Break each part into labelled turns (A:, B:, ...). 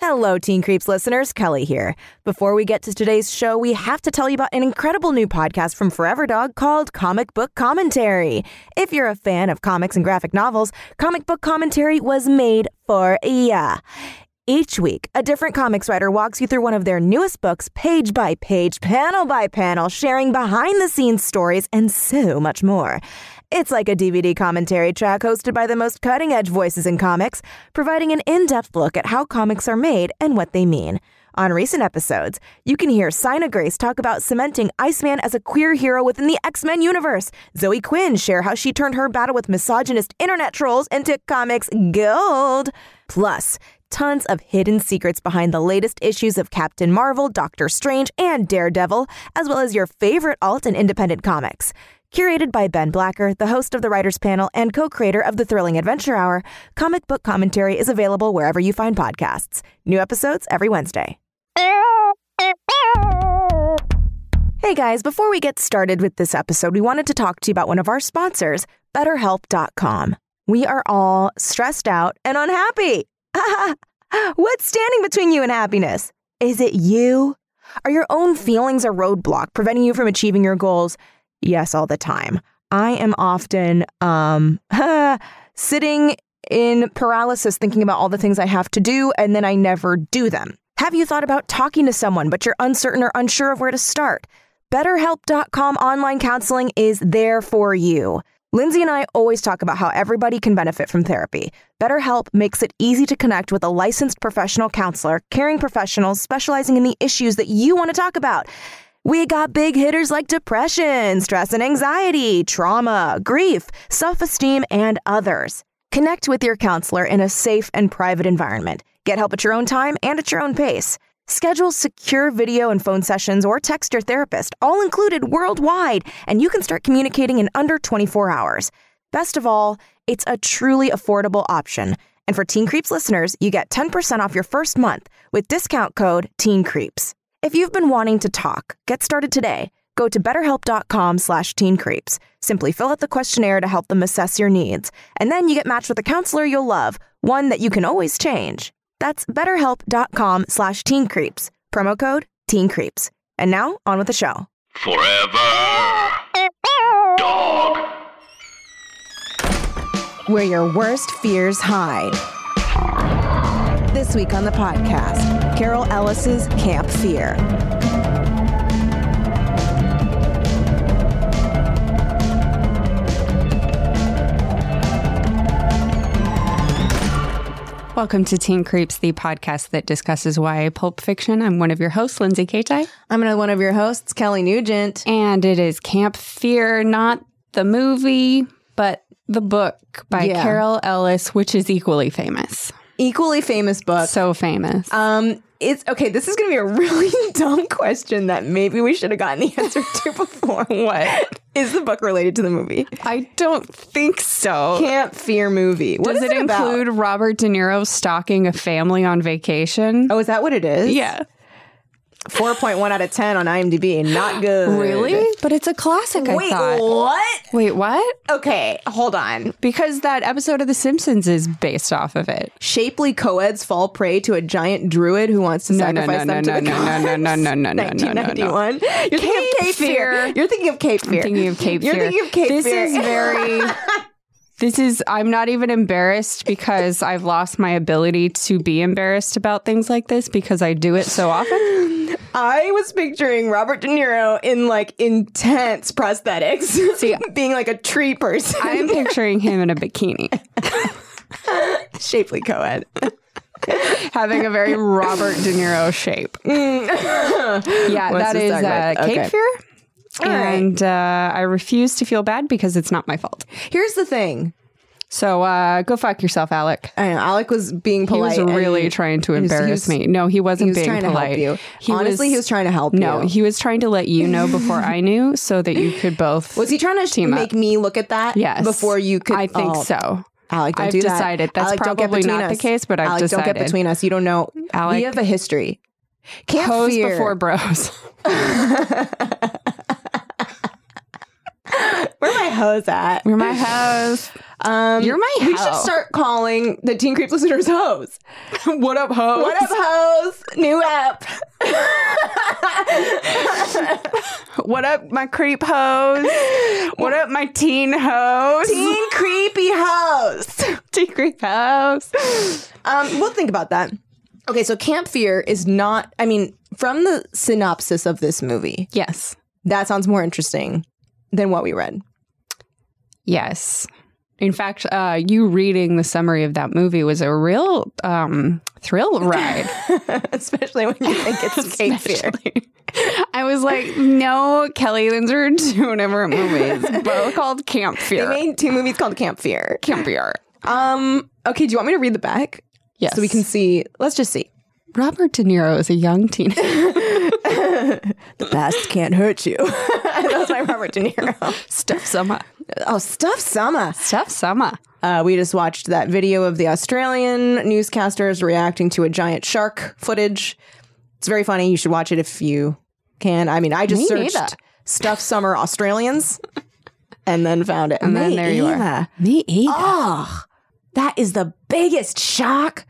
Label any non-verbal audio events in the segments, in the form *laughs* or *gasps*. A: Hello, Teen Creeps listeners. Kelly here. Before we get to today's show, we have to tell you about an incredible new podcast from Forever Dog called Comic Book Commentary. If you're a fan of comics and graphic novels, Comic Book Commentary was made for ya. Each week, a different comics writer walks you through one of their newest books, page by page, panel by panel, sharing behind the scenes stories and so much more. It's like a DVD commentary track hosted by the most cutting edge voices in comics, providing an in depth look at how comics are made and what they mean. On recent episodes, you can hear Sina Grace talk about cementing Iceman as a queer hero within the X Men universe, Zoe Quinn share how she turned her battle with misogynist internet trolls into comics gold. Plus, tons of hidden secrets behind the latest issues of Captain Marvel, Doctor Strange, and Daredevil, as well as your favorite alt and independent comics. Curated by Ben Blacker, the host of the Writers Panel and co creator of the Thrilling Adventure Hour, Comic Book Commentary is available wherever you find podcasts. New episodes every Wednesday. Hey guys, before we get started with this episode, we wanted to talk to you about one of our sponsors, BetterHelp.com. We are all stressed out and unhappy. *laughs* What's standing between you and happiness? Is it you? Are your own feelings a roadblock preventing you from achieving your goals? Yes, all the time. I am often um *laughs* sitting in paralysis thinking about all the things I have to do and then I never do them. Have you thought about talking to someone but you're uncertain or unsure of where to start? BetterHelp.com online counseling is there for you. Lindsay and I always talk about how everybody can benefit from therapy. BetterHelp makes it easy to connect with a licensed professional counselor, caring professionals specializing in the issues that you want to talk about. We got big hitters like depression, stress and anxiety, trauma, grief, self esteem, and others. Connect with your counselor in a safe and private environment. Get help at your own time and at your own pace. Schedule secure video and phone sessions or text your therapist, all included worldwide, and you can start communicating in under 24 hours. Best of all, it's a truly affordable option. And for Teen Creeps listeners, you get 10% off your first month with discount code Teen Creeps. If you've been wanting to talk, get started today. Go to betterhelp.com slash teencreeps. Simply fill out the questionnaire to help them assess your needs, and then you get matched with a counselor you'll love, one that you can always change. That's betterhelp.com slash teencreeps. Promo code teencreeps. And now, on with the show.
B: *laughs* Forever Dog.
A: Where your worst fears hide. This week on the podcast, Carol Ellis's Camp Fear.
C: Welcome to Teen Creeps, the podcast that discusses YA pulp fiction. I'm one of your hosts, Lindsay Kaitai,
A: I'm one of your hosts, Kelly Nugent.
C: and it is Camp Fear, not the movie, but the book by
A: Yeah.
C: Carol Ellis, which is equally famous.
A: Equally famous book.
C: So famous.
A: Um, it's okay. This is going to be a *laughs* really dumb question that maybe we should have gotten the answer to *laughs* before. what is the book related to the movie?
C: I don't think so.
A: Camp Fear movie. What
C: Does
A: is
C: it,
A: about?
C: include Robert De Niro stalking a family on vacation?
A: Oh, is that what it is?
C: yeah.
A: four point one out of ten on IMDb. Not good.
C: Really? But it's a classic, I
A: Wait,
C: thought.
A: what?
C: Wait, what?
A: Okay, hold on.
C: Because that episode of The Simpsons is based off of it.
A: Shapely co-eds fall prey to a giant druid who wants to
C: No, no,
A: sacrifice
C: no,
A: them
C: no,
A: to the
C: no, no, no, no, no, no, no, no, *laughs* no.
A: 1991. You're thinking of
C: Cape
A: Cape Fear.
C: Fear.
A: You're thinking of Cape *laughs* Fear.
C: I'm thinking of Cape
A: You're
C: Fear. *laughs*
A: thinking of Cape
C: this
A: Fear.
C: is very This is, I'm not even embarrassed because I've lost my ability to be embarrassed about things like this because I do it so often.
A: *laughs*
C: *laughs*
A: I was picturing Robert De Niro in like intense prosthetics, *laughs* being like a tree person,
C: I'm picturing him in a
A: *laughs*
C: bikini,
A: shapely co-ed.
C: *laughs* having a very Robert De Niro shape. yeah,
A: What's
C: that
A: this
C: is
A: talking
C: uh,
A: about?
C: Cape
A: Okay.
C: Fear.
A: right.
C: And uh, I refuse to feel bad because it's not my fault.
A: Here's the thing.
C: So uh, go fuck yourself, Alec.
A: I know Alec was being polite.
C: He was really
A: and-
C: trying to
A: he was- he
C: embarrass
A: was-
C: me. No, he wasn't
A: he was
C: being
A: trying to help
C: polite.
A: you. Honestly, he was trying to help
C: No,
A: you.
C: he was trying to let you know before I knew so that you could
A: *laughs*
C: both.
A: Was he trying to
C: team up.
A: make me look at that?
C: Yes.
A: Before you could.
C: I think
A: oh,
C: so.
A: Alec, don't
C: I've
A: do that.
C: decided. That's
A: Alec, don't get
C: probably
A: between
C: not the
A: us.
C: case, but I've
A: Alec, don't get
C: decided.
A: between us. You don't know.
C: Alec-
A: we have a history. Can't
C: Pose
A: fear.
C: before bros.
A: *laughs* Where my hoes at?
C: You're my house.
A: Um,
C: You're my
A: We should
C: hoe.
A: start calling the Teen Creeps listeners hoes.
C: *laughs* what up, ho?
A: What up, hoes? New app.
C: *laughs* What up, my creep hoes? what up, my teen
A: *laughs*
C: hoes?
A: Teen creepy hoes.
C: teen creep hoes.
A: Um, we'll think about that. Okay, so Camp Fear is not. I mean, from the synopsis of this movie,
C: Yes.
A: that sounds more interesting than what we read.
C: Yes. In fact, uh, you reading the summary of that movie was a real um, thrill ride.
A: Especially when you think *laughs* it's Cape Fear.
C: I
A: *laughs*
C: was like, no, Kelly, those are two different movies. Both called Camp
A: They
C: Fear.
A: made two movies called Camp Fear.
C: Camp Fear.
A: Um, okay, do you want me to read the back?
C: Yes.
A: So we can see. Let's just see.
C: Robert De Niro is a young teenager.
A: *laughs* The past can't hurt you. *laughs* that was my Robert De Niro.
C: Stuff Summer.
A: Oh, stuff summer.
C: Stuff Summer.
A: Uh, we just watched that video of the Australian newscasters reacting to a giant shark footage. It's very funny. You should watch it if you can. I mean, I just
C: Me
A: searched
C: neither.
A: Stuff Summer Australians and then found it.
C: And then
A: Me
C: there you
A: either.
C: are. Me either.
A: Oh, that is the biggest shock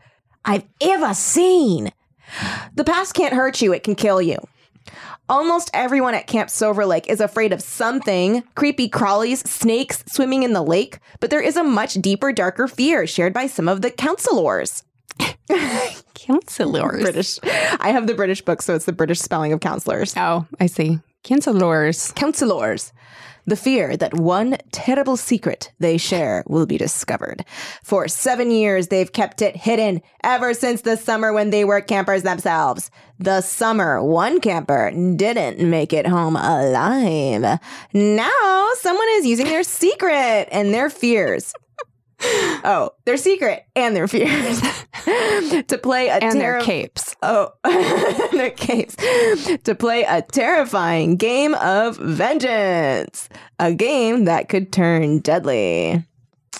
A: I've ever seen. The past can't hurt you, it can kill you. Almost everyone at Camp Silver Lake is afraid of something creepy crawlies, snakes, swimming in the lake, but there is a much deeper, darker fear shared by some of the counselors.
C: Counselors.
A: British. I have the British book, so it's the British spelling of counselors.
C: Oh, I see. Counselors.
A: counselors. The fear that one terrible secret they share will be discovered. For seven years, they've kept it hidden ever since the summer when they were campers themselves. The summer one camper didn't make it home alive. Now someone is using their secret and their fears. Oh, their secret and their fears *laughs* to play a
C: And their
A: terri-
C: capes.
A: Oh, *laughs* their case to play a terrifying game of vengeance, a game that could turn deadly.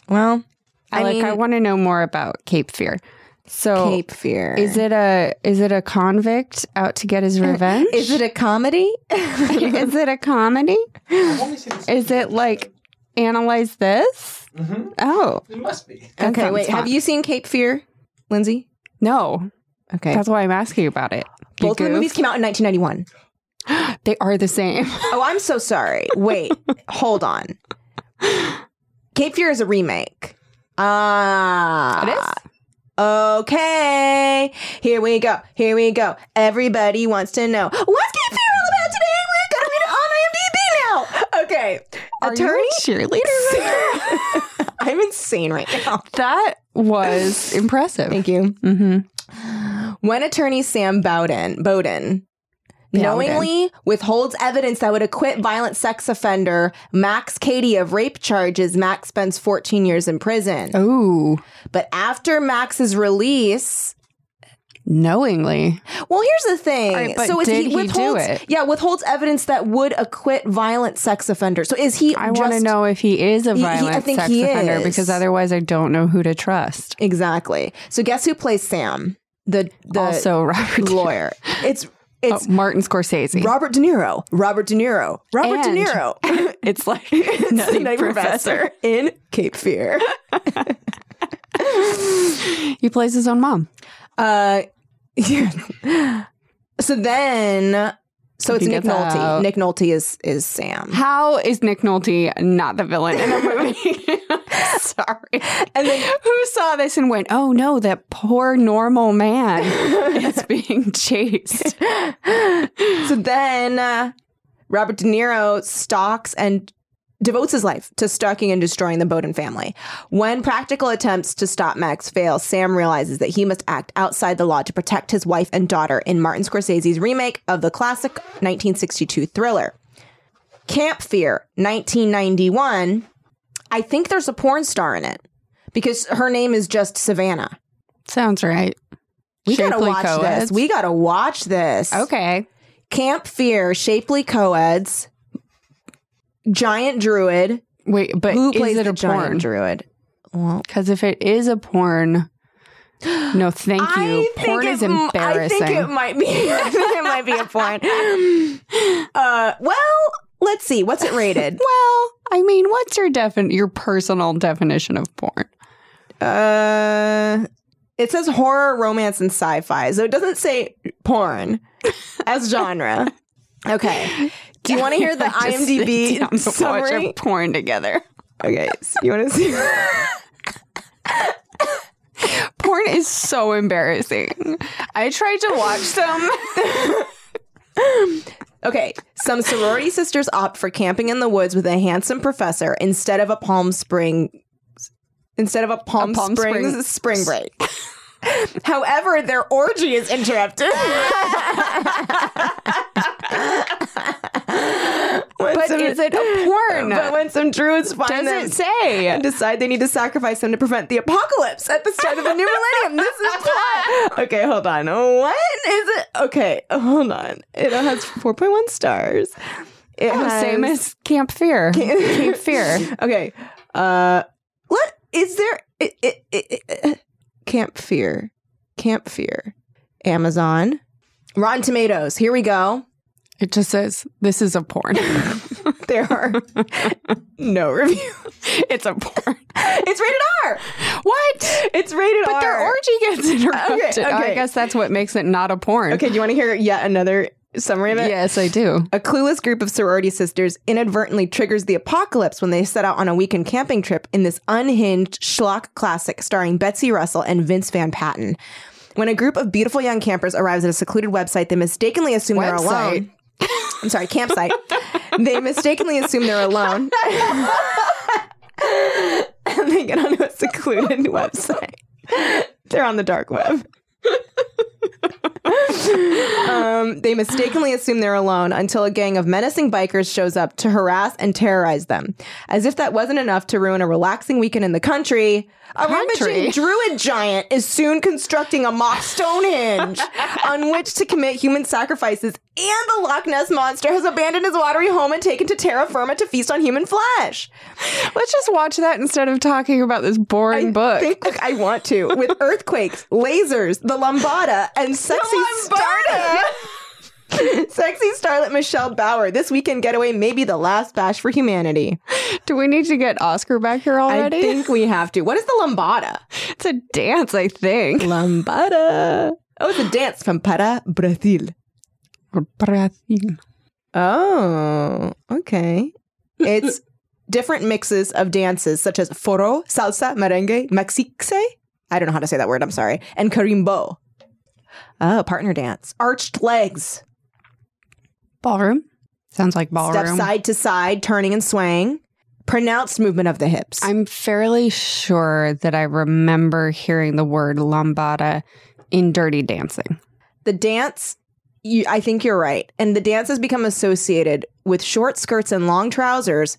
A: Well, I
C: I like.
A: mean-
C: I want to know more about Cape Fear. So,
A: Cape Fear.
C: is it a is it a convict out to get his revenge?
A: *laughs* Is it a comedy?
C: *laughs* is it a comedy? Is it like analyze this? Oh,
D: Mm-hmm. It must be.
C: that
A: okay,
C: sounds
A: wait. Have
C: fun.
A: you seen Cape Fear, Lindsay?
C: No,
A: Okay,
C: that's why I'm asking you about it. You
A: both of the
C: goof.
A: movies came out in 1991.
C: *gasps* they are the same.
A: Oh, I'm so sorry. Wait, hold on. Cape Fear is a remake. Ah,
C: It
A: Okay, here we go. Here we go. Everybody wants to know what's Cape Fear all about today. We're gonna read it on IMDb now. Okay,
C: Are you
A: attorney.
C: a cheerleader?
A: *laughs* I'm insane right now.
C: that
A: *laughs*
C: was impressive.
A: Thank you.
C: Mm-hmm.
A: When attorney Sam Bowden, Bowden knowingly withholds evidence that would acquit violent sex offender Max Cady of rape charges, Max spends 14 years in prison.
C: Oh,
A: But after Max's release,
C: knowingly.
A: well, here's the thing.
C: All right, but
A: is
C: did he do
A: withholds,
C: it?
A: yeah, withholds evidence that would acquit violent sex offender. So is he?
C: I want to
A: just-
C: know if he is a
A: He- he- I
C: violent
A: think
C: sex
A: he
C: offender
A: is.
C: because otherwise I don't know who to trust.
A: exactly. So guess who plays Sam? The the
C: also, *laughs* Robert De-
A: lawyer. It's
C: Oh,
A: it's
C: Martin Scorsese.
A: Robert De Niro. Robert De Niro. Robert
C: And-
A: De Niro. *laughs*
C: *laughs* it's like *laughs*
A: Nutty
C: Nutty
A: Professor. in Cape Fear.
C: *laughs* He
A: *laughs*
C: plays his own mom.
A: Uh, so then So
C: If
A: it's
C: he
A: Nick
C: gets
A: Nolte.
C: out.
A: Nick Nolte is is Sam.
C: How is Nick Nolte not the villain in a movie? *laughs* Sorry. And then who saw this and went, oh no, that poor
A: *laughs*
C: normal man is being chased.
A: so then uh, Robert De Niro stalks and devotes his life to stalking and destroying the Bowden family. When practical attempts to stop Max fail, Sam realizes that he must act outside the law to protect his wife and daughter in Martin Scorsese's remake of the classic 1962 thriller. Camp Fear, 1991. I think there's a porn star in it because her name is just Savannah.
C: Sounds right.
A: We gotta
C: Shapely
A: watch this.
C: co-eds.
A: We gotta watch this.
C: Okay.
A: Camp Fear, Shapely Coeds, Giant Druid.
C: Wait, but
A: Who
C: is
A: plays
C: it
A: the
C: a porn?
A: Giant Druid?
C: Because if it is a porn, no, thank you.
A: I
C: porn
A: think
C: is
A: it m-
C: embarrassing.
A: I think it might be. *laughs* I think it might be a porn. *laughs* Uh, well, let's see. What's it rated?
C: *laughs* well, I mean, what's your defin- your personal definition of porn?
A: uh, it says horror, romance, and sci-fi, so it doesn't say porn
C: *laughs*
A: as genre. Okay. Do you
C: *laughs*
A: want to hear the
C: I just sit down
A: IMDb
C: to Watch
A: summary?
C: a porn together.
A: Okay. So you want to see?
C: *laughs* Porn is so embarrassing. I tried to watch some.
A: Okay, some sorority sisters opt for camping in the woods with a handsome professor instead of a Palm Spring instead of a Palm,
C: Palm
A: Springs
C: Spring- *laughs*
A: spring break. However, their orgy is interrupted.
C: But is it a porn?
A: But when some druids find
C: Does
A: them
C: it say?
A: and decide they need to sacrifice them to prevent the apocalypse at the start of the new millennium, this is
C: *laughs*
A: plot. Okay, hold on. What is it? Okay, hold on. It has 4.1 stars. It
C: Oh,
A: has
C: *laughs* same as Camp Fear. Camp Fear.
A: Okay. Uh, what is there? It, it, it, it- Camp Fear. Camp Fear. Amazon. Rotten Tomatoes. Here we go.
C: It just says this is a
A: *laughs*
C: porn.
A: There are *laughs* no reviews.
C: *laughs* it's a porn.
A: It's rated R.
C: What?
A: It's rated
C: But
A: R.
C: their orgy gets interrupted. Oh,
A: Okay, okay.
C: I guess that's what makes it not a porn.
A: Okay, do you want to hear yet another summary *laughs* of it?
C: Yes, I do.
A: A clueless group of sorority sisters inadvertently triggers the apocalypse when they set out on a weekend camping trip in this unhinged schlock classic starring Betsy Russell and Vince Van Patten. When a group of beautiful young campers arrives at a secluded website, they mistakenly assume they're
C: Website?
A: alone. I'm sorry,
C: *laughs*
A: campsite. they mistakenly assume they're alone. and they get onto a
C: *laughs*
A: secluded website. They're on the dark web. um, they mistakenly assume they're alone until a gang of menacing bikers shows up to harass and terrorize them. As if that wasn't enough to ruin a relaxing weekend in the country, a
C: Country?
A: ravaging druid giant is soon constructing a mock Stonehenge
C: *laughs*
A: on which to commit human sacrifices, and the Loch Ness monster has abandoned his watery home and taken to terra firma to feast on human flesh.
C: Let's just watch that instead of talking about this boring book.
A: Think like I want to
C: *laughs*
A: with earthquakes, lasers, the lambada, and sexy starlet. *laughs* sexy starlet Michelle Bauer. This weekend getaway may be the last bash for humanity.
C: Do we need to get Oscar back here already?
A: I think we have to. What is the lambada?
C: it's a dance, I think.
A: Lambada. Oh, it's a dance from Para, Brazil. Oh, okay.
C: *laughs*
A: It's different mixes of dances such as foro, salsa, merengue, mexique. I don't know how to say that word. I'm sorry. And carimbo. Oh, partner dance. Arched legs.
C: Ballroom. Sounds like
A: Step
C: ballroom.
A: side to side, turning and swaying. Pronounced movement of the hips.
C: I'm fairly sure that I remember hearing the word lambada in Dirty Dancing.
A: the dance you, i think you're right and the dance has become associated with short skirts and long trousers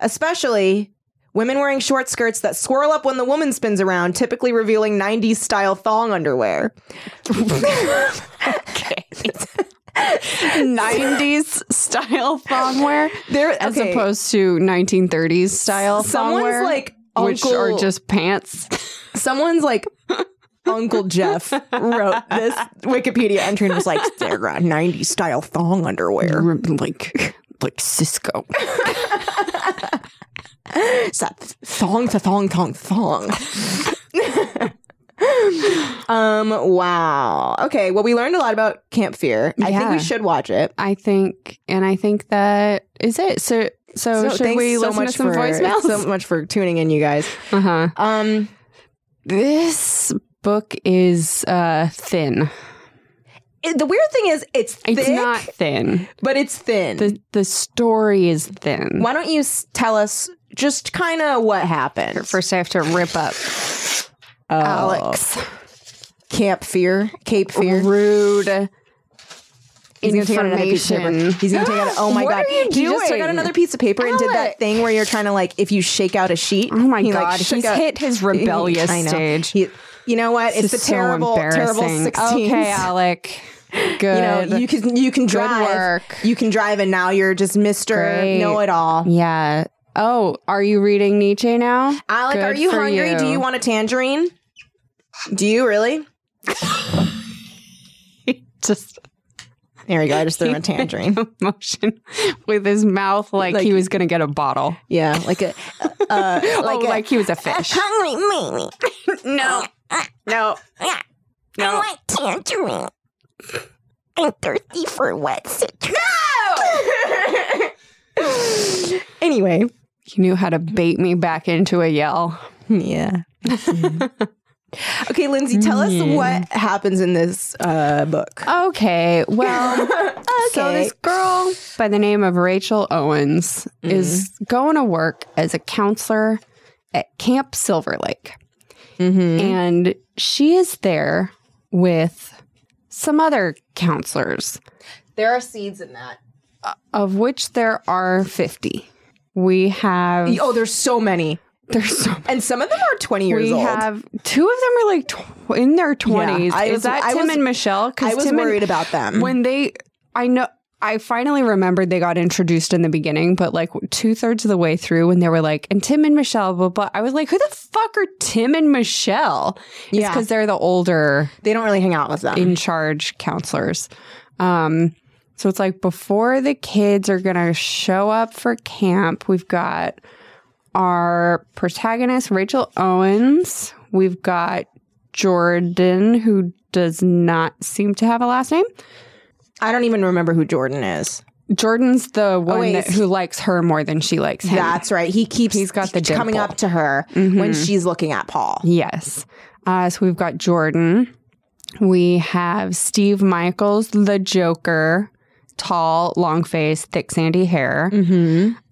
A: especially women wearing short skirts that swirl up when the woman spins around typically revealing 90s style thong
C: *laughs*
A: underwear *laughs*
C: 90s style thongwear
A: there
C: as
A: okay,
C: opposed to 1930s style
A: someone's
C: thongwear,
A: like
C: which
A: uncle
C: are just pants.
A: someone's
C: *laughs*
A: like Uncle Jeff wrote this Wikipedia entry and was like, "They're 90s style thong underwear.
C: like like Cisco.
A: *laughs* It's that thong to thong thong thong." um. Wow. Okay. Well, we learned a lot about Camp Fear. I think
C: Yeah.
A: we should watch it.
C: I think, and I think that is it. So, so, Oh, should
A: thanks
C: we listen to some
A: for,
C: voicemails? *laughs*
A: So much for tuning in, you guys.
C: uh huh.
A: Um.
C: This book is uh thin.
A: it- the weird thing is, it's thick,
C: It's not thin.
A: but it's thin.
C: the The story is thin.
A: Why don't you s- tell us just kind of what happened?
C: First, I have to rip up
A: Oh.
C: uh, Alex.
A: Camp Fear, Cape Fear.
C: Rude.
A: He's gonna take out another piece of paper.
C: information.
A: He's gonna take out. Oh my
C: *gasps* What
A: god!
C: are you
A: He just took
C: doing?
A: out another piece of paper and did that
C: Alex.
A: thing where you're trying to like, if you shake out a sheet.
C: Oh my
A: he, like,
C: God,
A: shook
C: he's
A: out-
C: hit his rebellious
A: I know.
C: stage.
A: He- you know what?
C: This
A: it's a
C: is so
A: terrible, terrible *laughs*
C: embarrassing.
A: sixteen.
C: Okay, Alec.
A: You
C: Good.
A: know, you can you can
C: Good
A: drive.
C: work.
A: You can drive, and now you're just Mister
C: Great.
A: Know It All.
C: yeah. Oh, are you reading Nietzsche now?
A: Alec,
C: Good
A: are you
C: for
A: hungry? Do you want a tangerine? Do you really?
C: *laughs* just
A: There you go. I just
C: *laughs*
A: threw him a tangerine.
C: motion with his mouth like,
A: Like-
C: he was gonna get a bottle?
A: Yeah, like a
C: *laughs*
A: uh,
C: Like
A: like a,
C: like he was a fish.
A: *laughs*
D: Hungry Mimi. *coughs* no.
A: Oh,
C: no.
D: I want tangerine. I'm thirsty for wet citrus.
A: *laughs* anyway.
C: He knew how to bait me back into a yell. *laughs*
A: Yeah. okay, Lindsay, tell us
C: Mm.
A: what happens in this uh, book.
C: Okay. Well,
A: *laughs*
C: so
A: Okay.
C: this girl by the name of Rachel Owens
A: Mm-hmm.
C: is going to work as a counselor at Camp Silver Lake.
A: Mm-hmm.
C: And she is there with some other counselors, uh,
A: There are seeds in that.
C: of which there are 50. We have,
A: Oh, there's so many.
C: there's so
A: And some of them are 20 years
C: we
A: old.
C: have two of them are like tw- in their 20s.
A: I
C: is
A: was-
C: that
A: I
C: Tim
A: was-
C: and Michelle? 'Cause
A: I was
C: Tim and-
A: worried about them.
C: when they i know i finally remembered they got introduced in the beginning but like two-thirds of the way through when they were like and tim and michelle blah blah i was like who the fuck are tim and michelle it's
A: Yeah.
C: because they're the older
A: they don't really hang out with them.
C: in charge counselors um so it's like before the kids are gonna show up for camp we've got our protagonist rachel owens we've got jordan who does not seem to have a last name
A: I don't even remember who Jordan is. Oh,
C: Jordan's the one
A: wait,
C: that,
A: is
C: who likes her more than she likes him.
A: That's right. He keeps
C: He's got the
A: coming
C: dimple. Mm-hmm.
A: up to her when she's looking at Paul.
C: yes. Uh, so we've got Jordan. We have Steve Michaels, the Joker, tall, long face, thick sandy hair.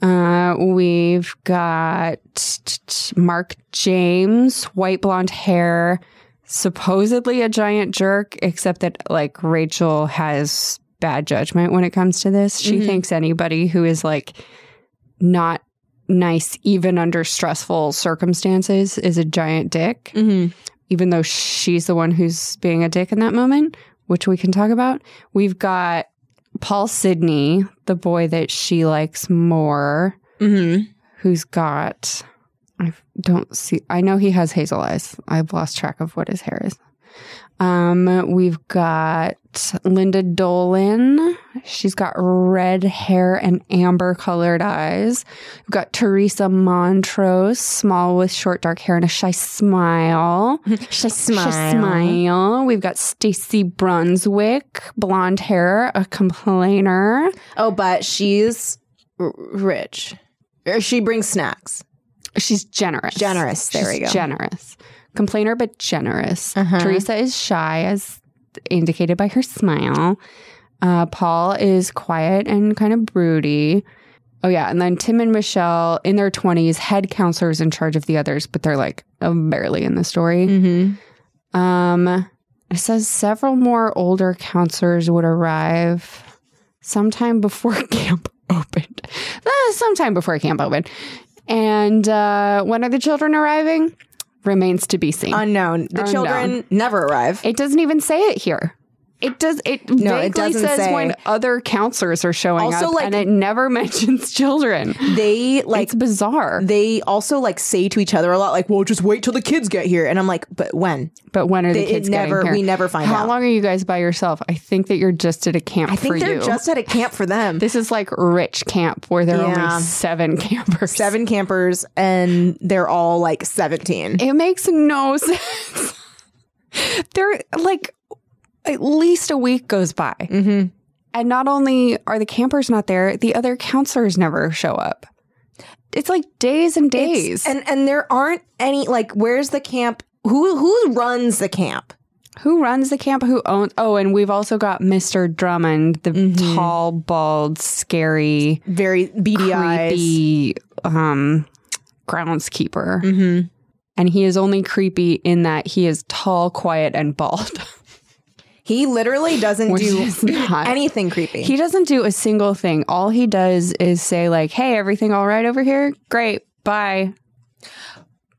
C: Uh, we've got t- t- t- Mark James, white blonde hair, supposedly a giant jerk, except that like Rachel has bad judgment when it comes to this. She thinks anybody who is like not nice, even under stressful circumstances, is a giant dick,
A: Mm-hmm.
C: even though she's the one who's being a dick in that moment, which we can talk about. We've got Paul Sidney, the boy that she likes more,
A: Mm-hmm.
C: who's got. I don't see. I know he has hazel eyes. I've lost track of what his hair is. Um, we've got Linda Dolan. She's got red hair and amber colored eyes. We've got Teresa Montrose, small with short dark hair and a
A: *laughs*
C: shy smile.
A: She
C: Shy smile. We've got Stacy Brunswick, blonde hair, a complainer.
A: Oh, but she's r- rich. Or She brings snacks.
C: She's generous.
A: Generous, there
C: She's
A: we go.
C: Generous. Complainer, but generous. Teresa is shy, as indicated by her smile. Uh, Paul is quiet and kind of broody. Oh, yeah. And then Tim and Michelle, in their 20s, head counselors in charge of the others, but they're like uh, barely in the story.
A: Mm-hmm.
C: Um, it says several more older counselors would arrive sometime before *laughs* camp opened. Uh, sometime before camp opened. And uh, when are the children arriving? Remains to be seen.
A: Unknown. The
C: Unknown.
A: children never arrive.
C: it doesn't even say it here. It does. It
A: No,
C: vaguely
A: it doesn't
C: says
A: say.
C: when other counselors are showing
A: Also,
C: up,
A: like-
C: and it never *laughs* mentions children.
A: they like
C: it's bizarre.
A: they also like say to each other a lot like well just wait till the kids get here and i'm like but when
C: but when are the
A: They- it
C: kids
A: never-
C: getting here?
A: we never find
C: How
A: out.
C: long are you guys by yourself? I think that you're just at a camp.
A: i think
C: for
A: they're
C: you.
A: just at a camp
C: *laughs*
A: for them
C: This is like rich camp where there are
A: Yeah.
C: only seven campers.
A: seven campers and they're all like 17
C: *laughs* It makes no sense. There, like, at least a week goes by.
A: Mm-hmm.
C: And not only are the campers not there, the other counselors never show up. It's like days and days.
A: And and there aren't any like where's the camp? Who who runs the camp?
C: who runs the camp? Who owns? Oh, and we've also got Mr. Drummond, the tall, bald, scary,
A: Mm-hmm. Very beady eyes. Mm-hmm.
C: creepy um, groundskeeper. And he is only creepy in that he is tall, quiet, and bald. *laughs*
A: He literally doesn't
C: Which
A: do
C: is not-
A: anything creepy.
C: He doesn't do a single thing. All he does is say like, "Hey, everything all right over here? Great, bye."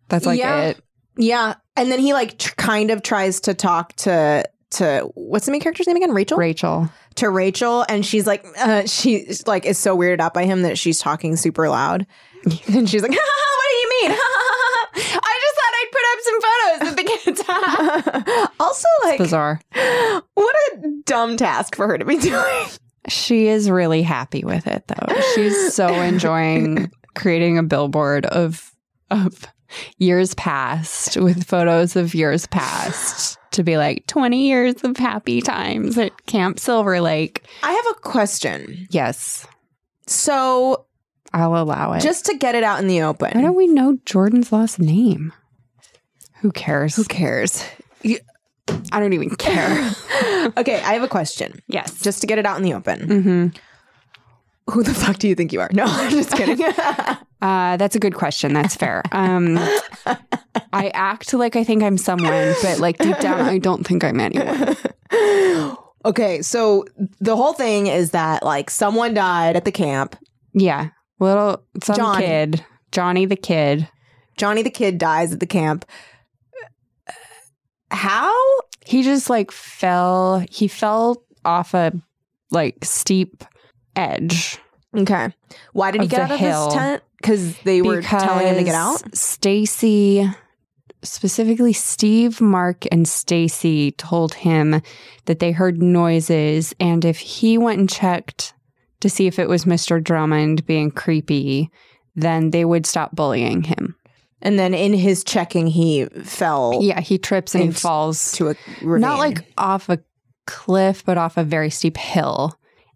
C: That's like
A: Yeah.
C: it.
A: yeah, and then he like tr- kind of tries to talk to to what's the main character's name again? Rachel.
C: Rachel.
A: to Rachel, and she's like, uh, she like is so weirded out by him that she's talking super
C: *laughs*
A: loud, and she's like, *laughs* *laughs* "What do you mean?" *laughs* I just thought I'd put up some photos of the kids. also, like,
C: Bizarre.
A: what a dumb task for her to be *laughs* doing.
C: She is really happy with it though.
A: *laughs*
C: She's so enjoying creating a billboard of of years past with photos of years past to be like 20 years of happy times at Camp Silver Lake.
A: I have a question.
C: Yes,
A: So,
C: I'll allow it.
A: just to get it out in the
C: why
A: open,
C: don't we know Jordan's last name? Who cares?
A: who cares?
C: I don't even *laughs* care.
A: okay, I have a question.
C: yes.
A: Just to get it out in the open,
C: hmm
A: who the fuck do you think you are? No, *laughs* I'm just kidding.
C: Uh, that's a good question. That's fair. Um, I act like I think I'm someone, but like deep down, I don't think I'm anyone.
A: okay, so the whole thing is that like someone died at the camp.
C: Yeah, little some
A: Johnny.
C: kid, Johnny the kid.
A: Johnny the kid dies at the camp. How?
C: He just like fell. He fell off a like steep edge.
A: Okay. Why did he
C: Of
A: get
C: the
A: out of
C: hill.
A: his tent? Because they were telling him to get out.
C: because Stacy, specifically Steve, Mark, and Stacy told him that they heard noises, and if he went and checked to see if it was Mr. Drummond being creepy, then they would stop bullying him.
A: And then in his checking, he fell
C: Yeah, he trips and he
A: It's
C: falls
A: to a ravine.
C: not like off a cliff, but off a very steep hill.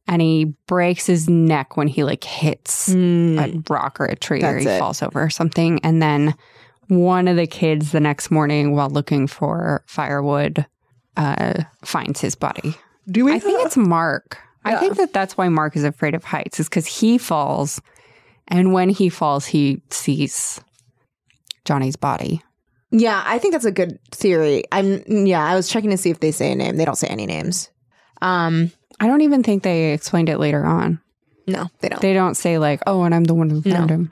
C: And he breaks his neck when he like hits
A: Mm.
C: a rock or a tree or
A: That's
C: he
A: it.
C: falls over or something. And then one of the kids the next morning while looking for firewood uh, finds his body.
A: do we?
C: I think it's Mark.
A: Yeah.
C: I think that that's why Mark is afraid of heights is because he falls. And when he falls, he sees Johnny's body.
A: yeah, I think that's a good theory. I'm. Yeah, I was checking to see if they say a name. They don't say any names. Um.
C: I don't even think they explained it later on.
A: No, they don't.
C: They don't say like, "Oh, and I'm the one who
A: No.
C: found him."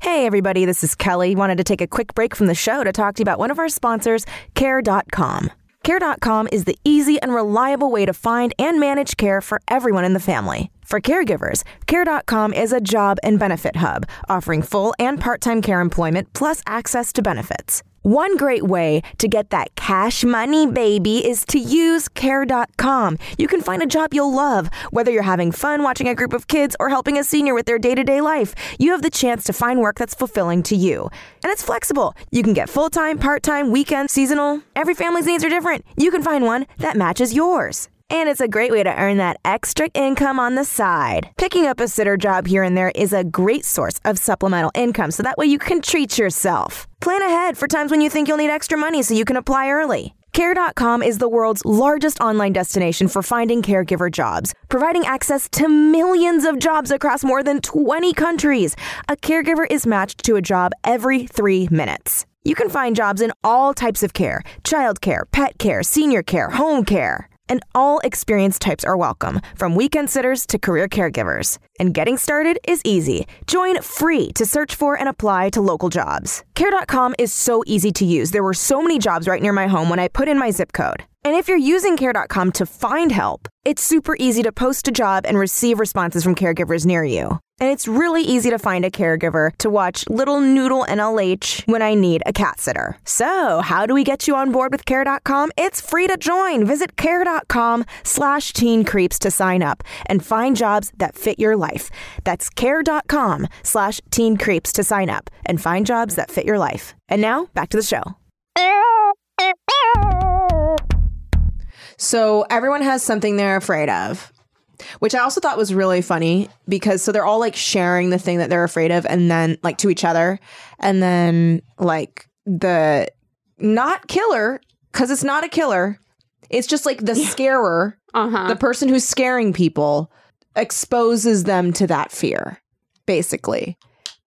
E: Hey, everybody, this is Kelly. Wanted to take a quick break from the show to talk to you about one of our sponsors, Care.com. Care.com is the easy and reliable way to find and manage care for everyone in the family. For caregivers, Care.com is a job and benefit hub, offering full and part time care employment plus access to benefits.
A: One great way to get that cash money, baby, is to use care.com. You can find a job you'll love, whether you're having fun watching a group of kids or helping a senior with their day to day life. You have the chance to find work that's fulfilling to you. And it's flexible. You can get full time, part time, weekend, seasonal. Every family's needs are different. You can find one that matches yours. And it's a great way to earn that extra income on the side. Picking up a sitter job here and there is a great source of supplemental income, so that way you can treat yourself. Plan ahead for times when you think you'll need extra money so you can apply early. Care.com is the world's largest online destination for finding caregiver jobs, providing access to millions of jobs across more than 20 countries. A caregiver is matched to a job every three minutes. You can find jobs in all types of care childcare, pet care, senior care, home care. And all experience types are welcome, from weekend sitters to career caregivers. And getting started is easy. Join free to search for and apply to local jobs. Care.com is so easy to use. There were so many jobs right near my home when I put in my zip code. And if you're using Care.com to find help, it's super easy to post a job and receive responses from caregivers near you. And it's really easy to find a caregiver to watch Little Noodle NLH when I need a cat sitter. So, how do we get you on board with Care.com? It's free to join. Visit Care.com slash Teen Creeps to sign up and find jobs that fit your life. That's Care.com slash Teen Creeps to sign up and find jobs that fit your life. And now, back to the show.
F: So everyone has something they're afraid of, which I also thought was really funny because so they're all like sharing the thing that they're afraid of and then like to each other. And then like the not killer, because it's not a killer, it's just like the scarer, the person who's scaring people exposes them to that fear, basically.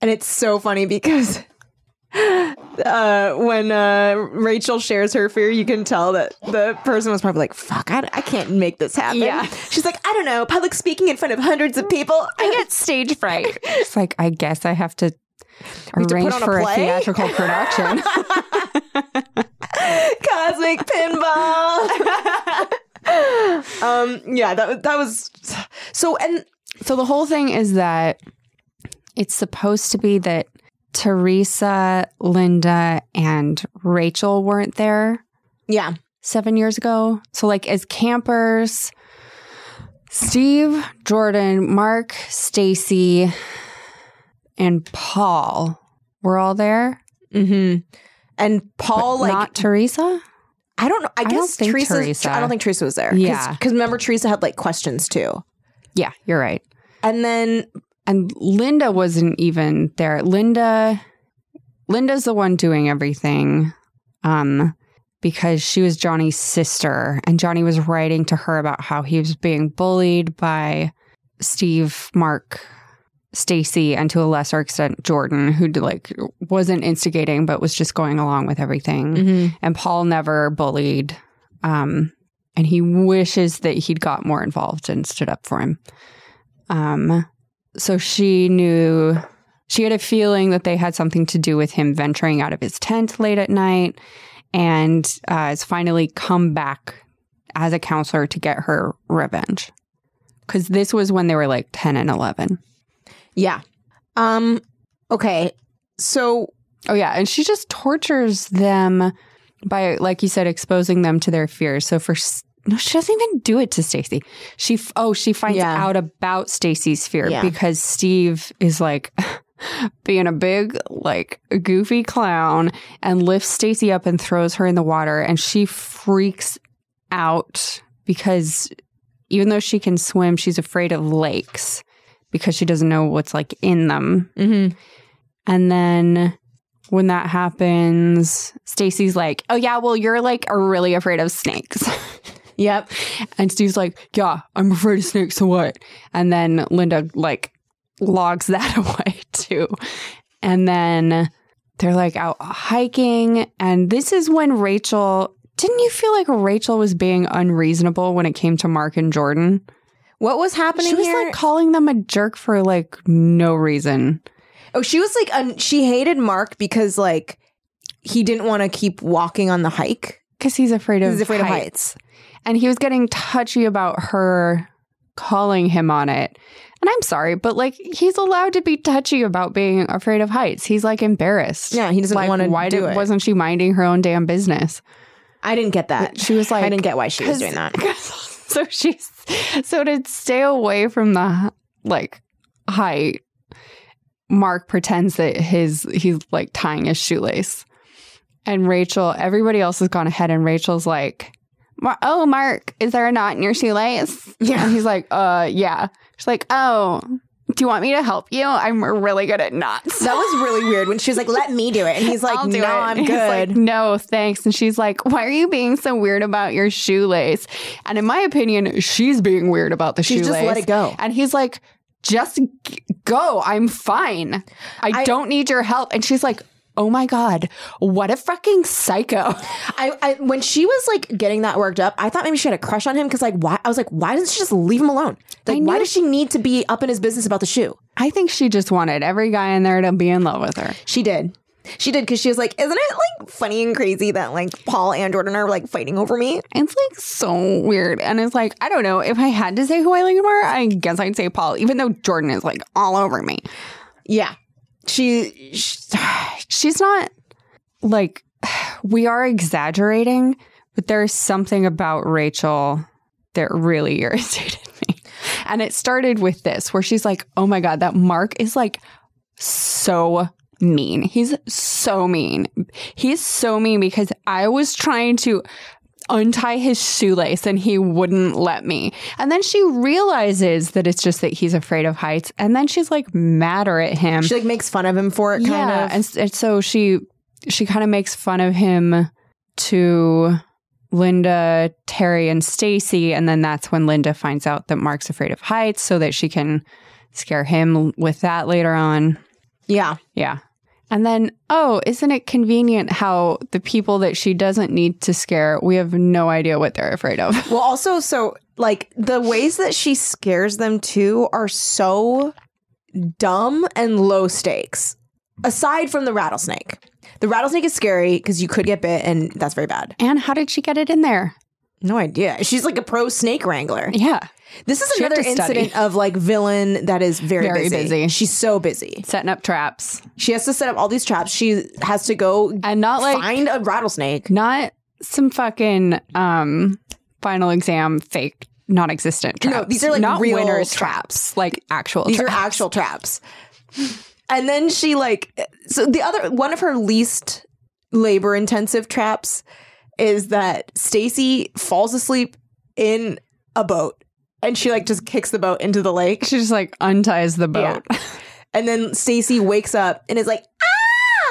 F: And it's so funny because *laughs* uh, when uh, Rachel shares her fear, you can tell that the person was probably like, fuck, I, I can't make this happen.
C: Yeah.
F: She's like, I don't know, public speaking in front of hundreds of people. I get
C: stage
F: *laughs*
C: fright. It's like, I guess I have to
F: have to put
C: arrange
F: on a
C: for a
F: play?
C: theatrical production.
F: Cosmic pinball. um, yeah, that, was- that was so. And
C: so the whole thing is that it's supposed to be that Teresa, Linda, and Rachel weren't there.
F: Yeah.
C: Seven years ago. So, like, as campers, Steve, Jordan, Mark, Stacy, and Paul were all there.
F: Mm-hmm. And Paul, like-
C: not Teresa.
F: I don't know. I,
C: don't
F: guess
C: think
F: Teresa,
C: Teresa-
F: I don't think Teresa was there.
C: Yeah.
F: Because remember, Teresa had like questions too.
C: Yeah, you're right.
F: And then
C: and Linda wasn't even there. Linda Linda's the one doing everything. Um because she was Johnny's sister and Johnny was writing to her about how he was being bullied by Steve, Mark, Stacy and to a lesser extent Jordan who did, like wasn't instigating but was just going along with everything.
F: Mhm.
C: And Paul never bullied um and he wishes that he'd got more involved and stood up for him. Um, so she knew she had a feeling that they had something to do with him venturing out of his tent late at night, and uh, has finally come back as a counselor to get her revenge. Because this was when they were like ten and eleven.
F: Yeah. Um okay. So
C: oh yeah, and she just tortures them by like you said exposing them to their fears. So for S- no, she doesn't even do it to Stacy. She f- oh, she finds out about Stacy's fear
F: Yeah.
C: because Steve is like *laughs* being a big like goofy clown and lifts Stacy up and throws her in the water and she freaks out because even though she can swim, she's afraid of lakes because she doesn't know what's like in them.
F: Mm-hmm.
C: And then when that happens, Stacy's like, "Oh yeah, well you're like really afraid of snakes." *laughs*
F: Yep.
C: And Steve's like, "Yeah, I'm afraid of snakes. So what?" And then Linda like logs *laughs* that away too. And then they're like out hiking, and this is when Rachel. Didn't you feel like Rachel was being unreasonable when it came to Mark and Jordan?
F: What was happening
C: She was
F: here?
C: like calling them a jerk for like no reason.
F: oh, she was like un- she hated Mark because like he didn't want to keep walking on the hike
C: because he's afraid of
F: he's afraid
C: heights. And he was getting touchy about her calling him on it. And I'm sorry, but like he's allowed to be touchy about being afraid of heights. He's like embarrassed.
A: Yeah, he doesn't
C: Like,
A: wanna
C: Why
A: do
C: did-
A: it.
C: wasn't she minding her own damn business?
A: I didn't get that.
C: She was like,
A: I didn't get why she was
C: 'cause-
A: doing
F: *laughs*
A: that.
C: 'cause- *laughs* So she's so to stay away from the like height. Mark pretends that his he's like tying his shoelace, and Rachel. Everybody else has gone ahead, and Rachel's like, "Mar- "Oh, Mark, is there a knot in your shoelace?" Yeah, and he's like, "Uh, yeah." She's like, "Oh." Do you want me to help you? I'm really good at knots.
A: That was really weird when she was like, "Let me do it," and he's like,
C: *laughs* I'll do
A: "No,
C: it.
A: I'm
C: He's like,
A: good."
C: no, thanks. And she's like, why are you being so weird about your shoelace? And in my opinion, she's being weird about the
A: She just
C: shoelace.
A: let it go.
C: And he's like, just g- go. I'm fine. I,
A: I-
C: don't need your help. And she's like, oh my God, what a fucking psycho.
A: I, I when she was like getting that worked up, I thought maybe she had a crush on him because like why I was like, why doesn't she just leave him alone? Like, why does she need to be up in his business about the shoe?
C: I think she just wanted every guy in there to be in love with her.
A: She did. She did because she was like, isn't it like funny and crazy that like Paul and Jordan are like fighting over me?
C: It's like so weird. And it's like, I don't know. If I had to say who I like more, I guess I'd say Paul, even though Jordan is like all over me.
A: Yeah. She,
C: she she's not like we are exaggerating, but there's something about Rachel that really *laughs* irritated me. And it started with this where she's like, "Oh my god, that Mark is like so mean. He's so mean. He's so mean because I was trying to untie his shoelace and he wouldn't let me. And then she realizes that it's just that he's afraid of heights and then she's like madder at him
A: She like makes fun of him for it. Kind
C: yeah,
A: of.
C: and, s- and so she she kind of makes fun of him to Linda, Terry, and Stacy, and then that's when Linda finds out that Mark's afraid of heights, so that she can scare him with that later on.
A: yeah.
C: Yeah. And then, oh, isn't it convenient how the people that she doesn't need to scare, we have no idea what they're afraid of. *laughs*
A: Well, also, so like the ways that she scares them too are so dumb and low stakes. Aside from the rattlesnake, the rattlesnake is scary because you could get bit, and that's very bad.
C: And how did she get it in there?
A: No idea. She's like a pro snake wrangler.
C: Yeah.
A: This is
C: She had
A: another
C: to study.
A: incident of like villain that is very,
C: Very busy.
A: She's so busy.
C: Setting up traps.
A: She has to set up all these traps. She has to go
C: And not like
A: find a rattlesnake.
C: not some fucking um final exam fake non-existent traps.
A: No, these are, like,
C: not
A: real
C: winners
A: traps.
C: like actual.
A: These
C: traps.
A: are actual traps. And then she like so the other one of her least labor intensive traps is that Stacy falls asleep in a boat and she like just kicks the boat into the lake
C: She just like unties the boat. *laughs*
A: and then Stacy wakes up and is like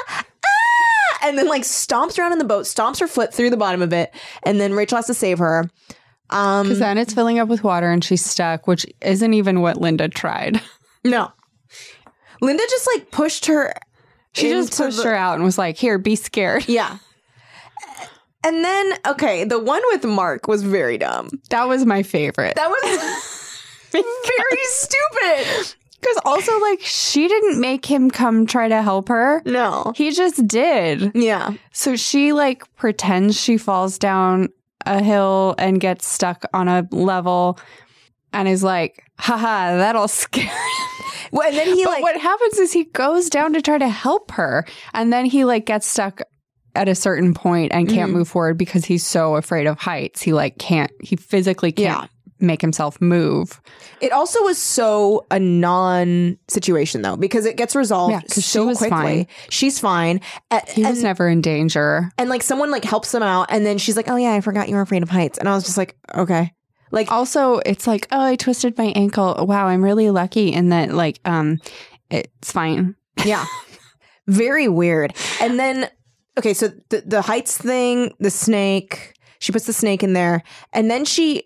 A: ah ah and then like stomps around in the boat stomps her foot through the bottom of it and then Rachel has to save her um
C: Because then it's filling up with water and she's stuck, which isn't even what Linda tried.
A: no Linda just like pushed her
C: She just
A: into
C: pushed
A: the-
C: her out and was like, "Here, be scared."
A: Yeah. And then, okay, the one with Mark was very *laughs* dumb.
C: That was my favorite.
A: That was *laughs* very stupid.
C: Because also, like, she didn't make him come try to help her.
A: No.
C: He just did.
A: Yeah.
C: So she like pretends she falls down a hill and gets stuck on a level and is like, haha, that'll scare *laughs* him.
A: Well, and then he
C: but
A: like
C: what happens is he goes down to try to help her and then he like gets stuck at a certain point and can't
A: Mhm.
C: move forward because he's so afraid of heights. He like can't he physically can't make himself move.
A: it also was so a non situation though because it gets resolved
C: Yeah, 'cause she
A: so
C: was
A: quickly.
C: fine.
A: She's fine. A-
C: He was
A: and-
C: never in danger.
A: and like someone like helps them out and then she's like, "Oh yeah, I forgot you were afraid of heights." And I was just like, "Okay." Like
C: also it's like oh i twisted my ankle wow i'm really lucky in that like um it's fine *laughs*
A: Yeah. Very weird. And then, okay, so the, the heights thing, the snake, she puts the snake in there, and then she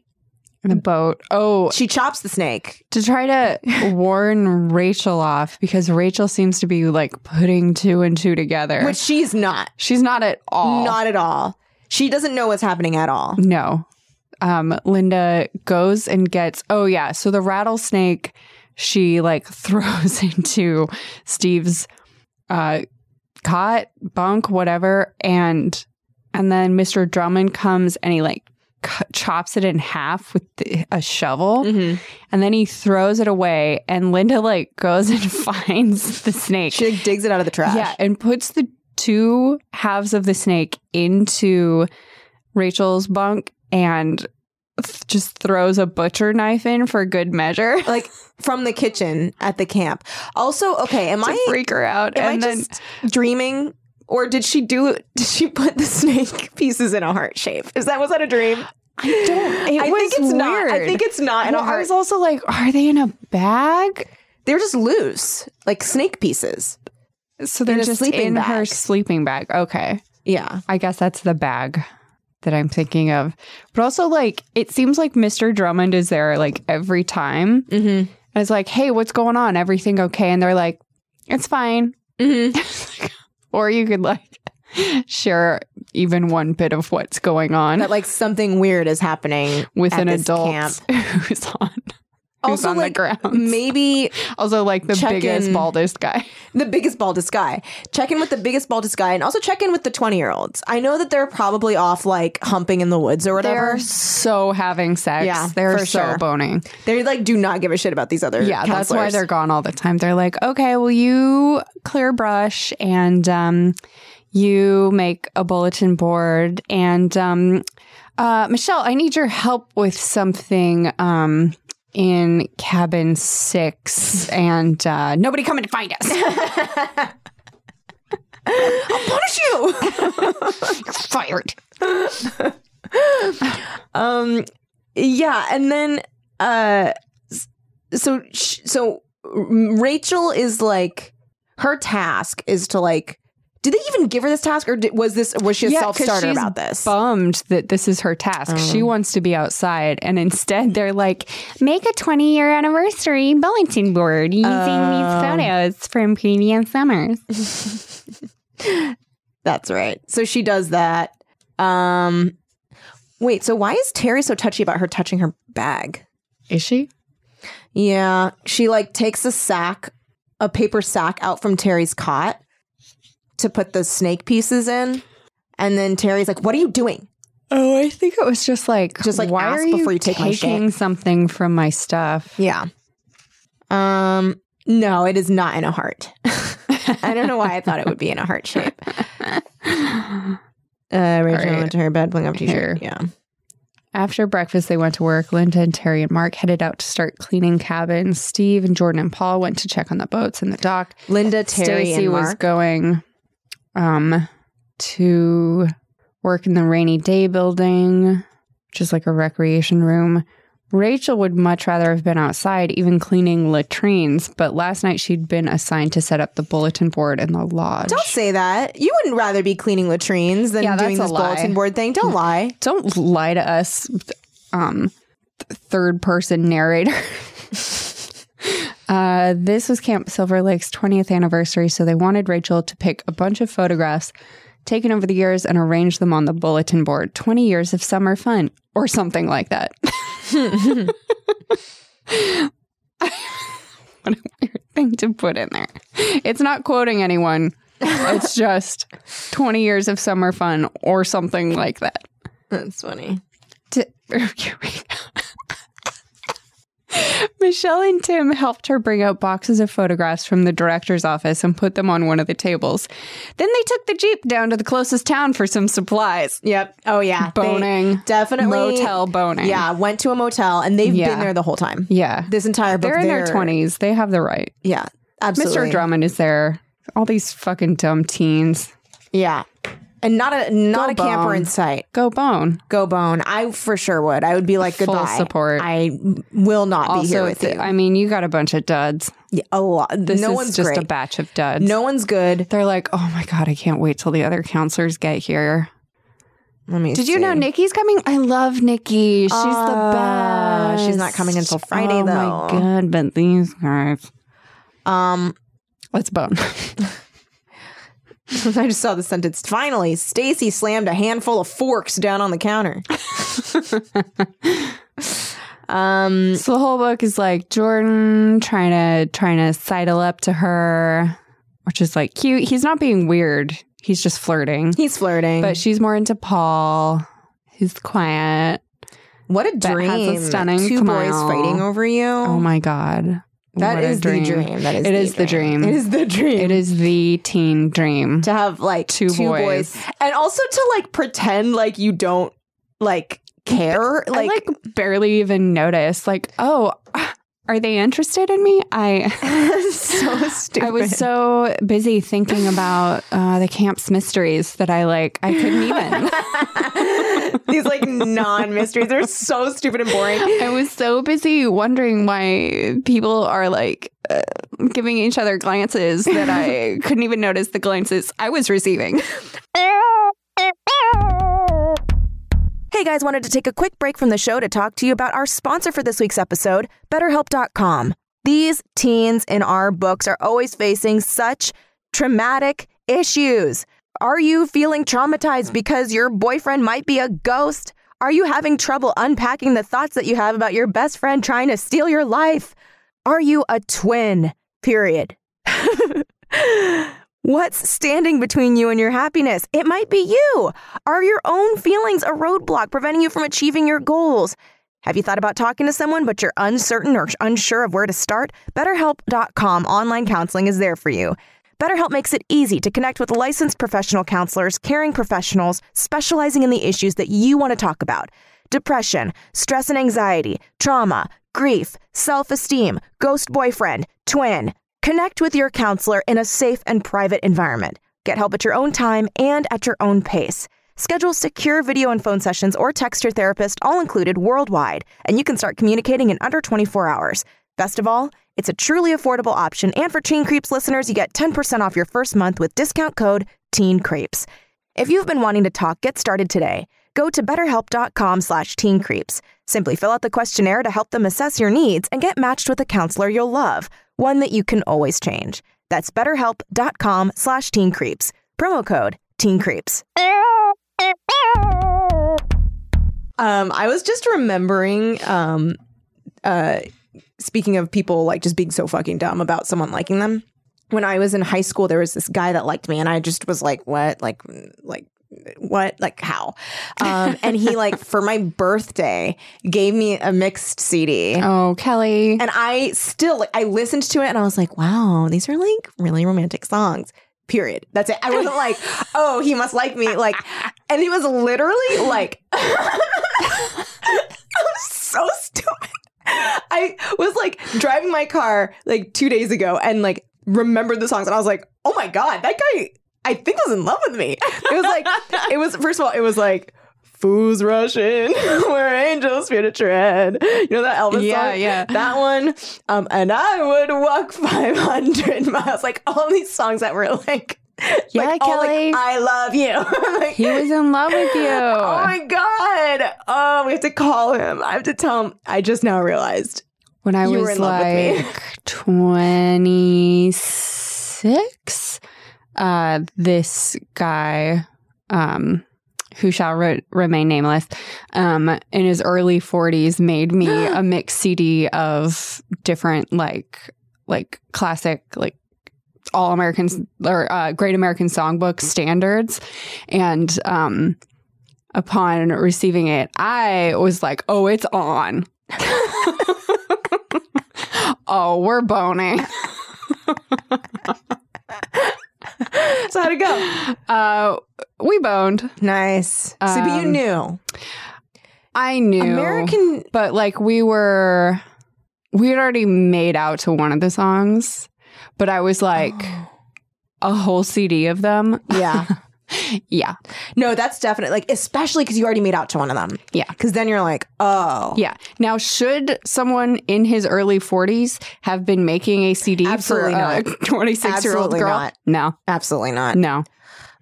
C: the boat oh
A: she chops the snake.
C: to try to *laughs* warn rachel off because rachel seems to be like putting two and two together
A: Which she's not.
C: she's not at all
A: Not at all. She doesn't know what's happening at all.
C: no um linda goes and gets oh yeah so the rattlesnake she like *laughs* throws into steve's uh cot bunk whatever and and then mr drummond comes and he like cu- chops it in half with the, a shovel
A: Mm-hmm.
C: and then he throws it away. And Linda like goes and *laughs* finds the snake. She
A: like, digs it out of the trash.
C: Yeah, and puts the two halves of the snake into Rachel's bunk and th- just throws a butcher knife in for good measure.
A: Like from the kitchen at the camp. Also, okay, am
C: To
A: I
C: freak her out
A: Am
C: and
A: I
C: then-
A: just dreaming? Or did she do did she put the *laughs* snake pieces in a heart shape? Is that was that a dream?
C: I don't
A: I think it's not. I
C: weird.
A: think it's not in a
C: Well,
A: heart.
C: I was also like, are they in a bag?
A: They're just loose, like snake pieces.
C: So they're
A: In a
C: just
A: sleeping
C: in
A: bag.
C: her sleeping bag. Okay.
A: Yeah.
C: I guess that's the bag that I'm thinking of. But also, like, it seems like Mr. Drummond is there, like, every time. Mm-hmm. And it's like, hey, what's going on? Everything okay? And they're like, it's fine. Mm-hmm. *laughs* or you could, like, share even one bit of what's going on
A: That like something weird is happening
C: with
A: at
C: an
A: this
C: adult
A: camp.
C: who's on. Who's
A: Also,
C: on
A: like,
C: the ground? *laughs*
A: Maybe
C: Also, like the
A: check
C: biggest,
A: in-
C: baldest guy.
A: *laughs* the biggest baldest guy. Check in with the biggest baldest guy and also check in with the 20 year olds. I know that they're probably off like humping in the woods or whatever.
C: They're so having sex.
A: Yeah,
C: they're
A: for
C: so
A: sure.
C: boning.
A: They like do not give a shit about these other
C: yeah, that's why
A: counselors.
C: they're gone all the time. They're like, okay, well, you clear brush and um, you make a bulletin board. And um, uh, Michelle, I need your help with something um, in cabin six, and uh, nobody coming to find us. *laughs*
A: punish
C: *laughs*
A: you.
C: Fired.
A: *laughs* Um, yeah, and then uh, s- so sh- so Rachel is like her task is to like. Did they even give her this task, or did, was this was she a
C: 'cause
A: self starter
C: she's
A: about this?
C: Bummed that this is her task. She wants to be outside, and instead they're like, make a 20 year anniversary bulletin board using
A: Um,
C: these photos from previous summers.
A: *laughs* That's right. So she does that. Um, wait. So why is Terry so touchy about her touching her bag?
C: Is she?
A: Yeah, she like takes a sack, a paper sack out from Terry's cot to put the snake pieces in. And then Terry's like, "What are you doing?"
C: Oh, I think it was just like,
A: Just, like,
C: why
A: ask
C: are you
A: before you take my shit.
C: taking something from my stuff?
A: Yeah. Um no, it is not in a heart. *laughs* I don't know why I thought it would be in a heart shape. Uh, Rachel
C: right.
A: went to her bed, pulling up t-shirt.
C: Here.
A: Yeah.
C: After breakfast, they went to work. Linda and Terry and Mark headed out to start cleaning cabins. Steve and Jordan and Paul went to check on the boats and the dock.
A: Linda, Terry,
C: Stacy
A: and
C: was
A: Mark.
C: going um to work in the rainy day building, which is like a recreation room. Rachel would much rather have been outside, even cleaning latrines, but last night she'd been assigned to set up the bulletin board in the lodge.
A: Don't say that. You wouldn't rather be cleaning latrines than
C: Yeah, that's
A: doing
C: a
A: this bulletin
C: lie.
A: board thing.
C: *laughs*
A: Don't lie.
C: Don't lie to us, um, th- third person narrator. *laughs* uh, this was Camp Silver Lake's 20th anniversary, so they wanted Rachel to pick a bunch of photographs taken over the years and arrange them on the bulletin board. 20 years of summer fun, or something like that. *laughs* what a weird thing to put in there. It's not quoting anyone.
A: *laughs*
C: it's just 20 years of summer fun or something like that.
A: That's funny.
C: T- *laughs* Michelle and Tim helped her bring out boxes of photographs from the director's office and put them on one of the tables. Then they took the Jeep down to the closest town for some supplies.
A: Yep. Oh yeah. They
C: Boning.
A: definitely
C: Motel boning.
A: Yeah, went to a motel and they've
C: Yeah.
A: been there the whole time.
C: Yeah.
A: This entire book.
C: They're in their
A: they're-
C: 20s. They have the right.
A: Yeah. Absolutely.
C: Mr. Drummond is there. All these fucking dumb teens.
A: Yeah. And not a not
C: Go
A: a camper
C: bone.
A: in sight.
C: Go bone.
A: Go bone. I for sure would. I would be like
C: Full
A: goodbye.
C: support.
A: I will not be here
C: Also,
A: with you.
C: th- I mean, you got a bunch of duds.
A: Yeah, a lot.
C: This
A: no
C: is
A: one's
C: just
A: great.
C: a batch of duds.
A: No one's good.
C: They're like, oh my God, I can't wait till the other counselors get here.
A: Let me.
C: Did you know
A: see.
C: Nikki's coming? I love Nikki. She's
A: Ah,
C: the best.
A: she's not coming until Friday,
C: oh
A: though.
C: My God, but these guys.
A: Um, *laughs*
C: Let's bone.
A: I just saw the sentence. Finally, Stacy slammed a handful of forks down on the
C: *laughs*
A: counter. um.
C: so the whole book is like Jordan trying to trying to sidle up to her, which is like cute. He's not being weird. He's just flirting.
A: He's flirting.
C: But she's more into Paul, who's quiet.
A: What a
C: that has a
A: dream.
C: stunning
A: Two boys
C: smile.
A: fighting over you.
C: Oh my god.
A: That
C: What a
A: is the dream. That is
C: it
A: the
C: is the
A: dream.
C: dream.
A: It is the dream.
C: It is the teen dream.
A: To have like
C: two,
A: two boys. and also to like pretend like you don't like care. Like,
C: I like barely even notice. Like, oh, are they interested in me? I
A: *laughs*
C: *laughs*
A: so
C: I was so busy thinking about uh, the camp's mysteries that I like. I couldn't
A: *laughs*
C: even.
A: these like non mysteries are so stupid and boring.
C: I was so busy wondering why people are like uh, giving each other glances that
A: *laughs*
C: I couldn't even notice the glances I was receiving.
E: Hey guys, wanted to take a quick break from the show to talk to you about our sponsor for this week's episode, BetterHelp.com. These teens in our books are always facing such traumatic issues. Are you feeling traumatized because your boyfriend might be a ghost? Are you having trouble unpacking the thoughts that you have about your best friend trying to steal your life? Are you a twin? Period. What's standing between you and your happiness? It might be you. Are your own feelings a roadblock preventing you from achieving your goals? Have you thought about talking to someone but you're uncertain or unsure of where to start? BetterHelp.com online counseling is there for you. BetterHelp makes it easy to connect with licensed professional counselors, caring professionals specializing in the issues that you want to talk about depression, stress and anxiety, trauma, grief, self esteem, ghost boyfriend, twin. Connect with your counselor in a safe and private environment. Get help at your own time and at your own pace. Schedule secure video and phone sessions or text your therapist, all included worldwide, and you can start communicating in under 24 hours. Best of all, it's a truly affordable option, and for Teen Creeps listeners, you get 10% off your first month with discount code Teen Creeps. If you've been wanting to talk, get started today. Go to betterhelp.com slash teencreeps. Simply fill out the questionnaire to help them assess your needs and get matched with a counselor you'll love, one that you can always change. That's betterhelp.com slash teencreeps. Promo code teencreeps.
A: Um, I was just remembering, um, uh, speaking of people like just being so fucking dumb about someone liking them. When I was in high school, there was this guy that liked me, and I just was like, "What? Like, like." What like how? Um, and he
C: *laughs*
A: like for my birthday gave me a mixed CD.
C: Oh, Kelly!
A: And I still like I listened to it and I was like, wow, these are like really romantic songs. Period. That's it. I wasn't like, oh, he must like me. Like, and he was literally like, *laughs* so stupid. I was like driving my car like two days ago and like remembered the songs and I was like, oh my god, that guy I think was in love with me. It was
C: *laughs*
A: like it was first of all, it was like Fools rushing *laughs* where angels fear to tread. You know that Elvis
C: Yeah,
A: song?
C: yeah.
A: That one. Um, and I would walk 500 *laughs* miles. Like all these songs that were like,
C: Yeah,
A: like, all, like,
C: Kelly.
A: I love you. *laughs* Like,
C: He was in love with you.
A: Oh my god! Oh, we have to call him. I have to tell him. I just now realized
C: when I
A: you were
C: was
A: in love with me.
C: like
A: *laughs*
C: 26, uh, this guy, um, who shall re- remain nameless, um, in his early 40s
A: *gasps*
C: made me a mixed CD of different, like, like classic, like, all Americans or uh, Great American Songbook standards, and um, upon receiving it, I was like, "Oh, it's on! *laughs* oh, we're boning. *laughs*
A: So how'd it go?
C: Uh, we boned.
A: Nice. so, but you
C: Um,
A: knew
C: I knew
A: American.
C: but like we were, we had already made out to one of the songs, but I was like
A: Oh.
C: a whole CD of them.
A: Yeah.
C: *laughs* Yeah,
A: No, that's definitely like, especially because you already made out to one of them.
C: yeah,
A: Because then you're like, oh,
C: yeah. Now, should someone in his early forties have been making a CD
A: Absolutely
C: for a
A: not.
C: *laughs* twenty-six-year-old
A: Absolutely
C: girl?
A: not.
C: No,
A: absolutely not.
C: no.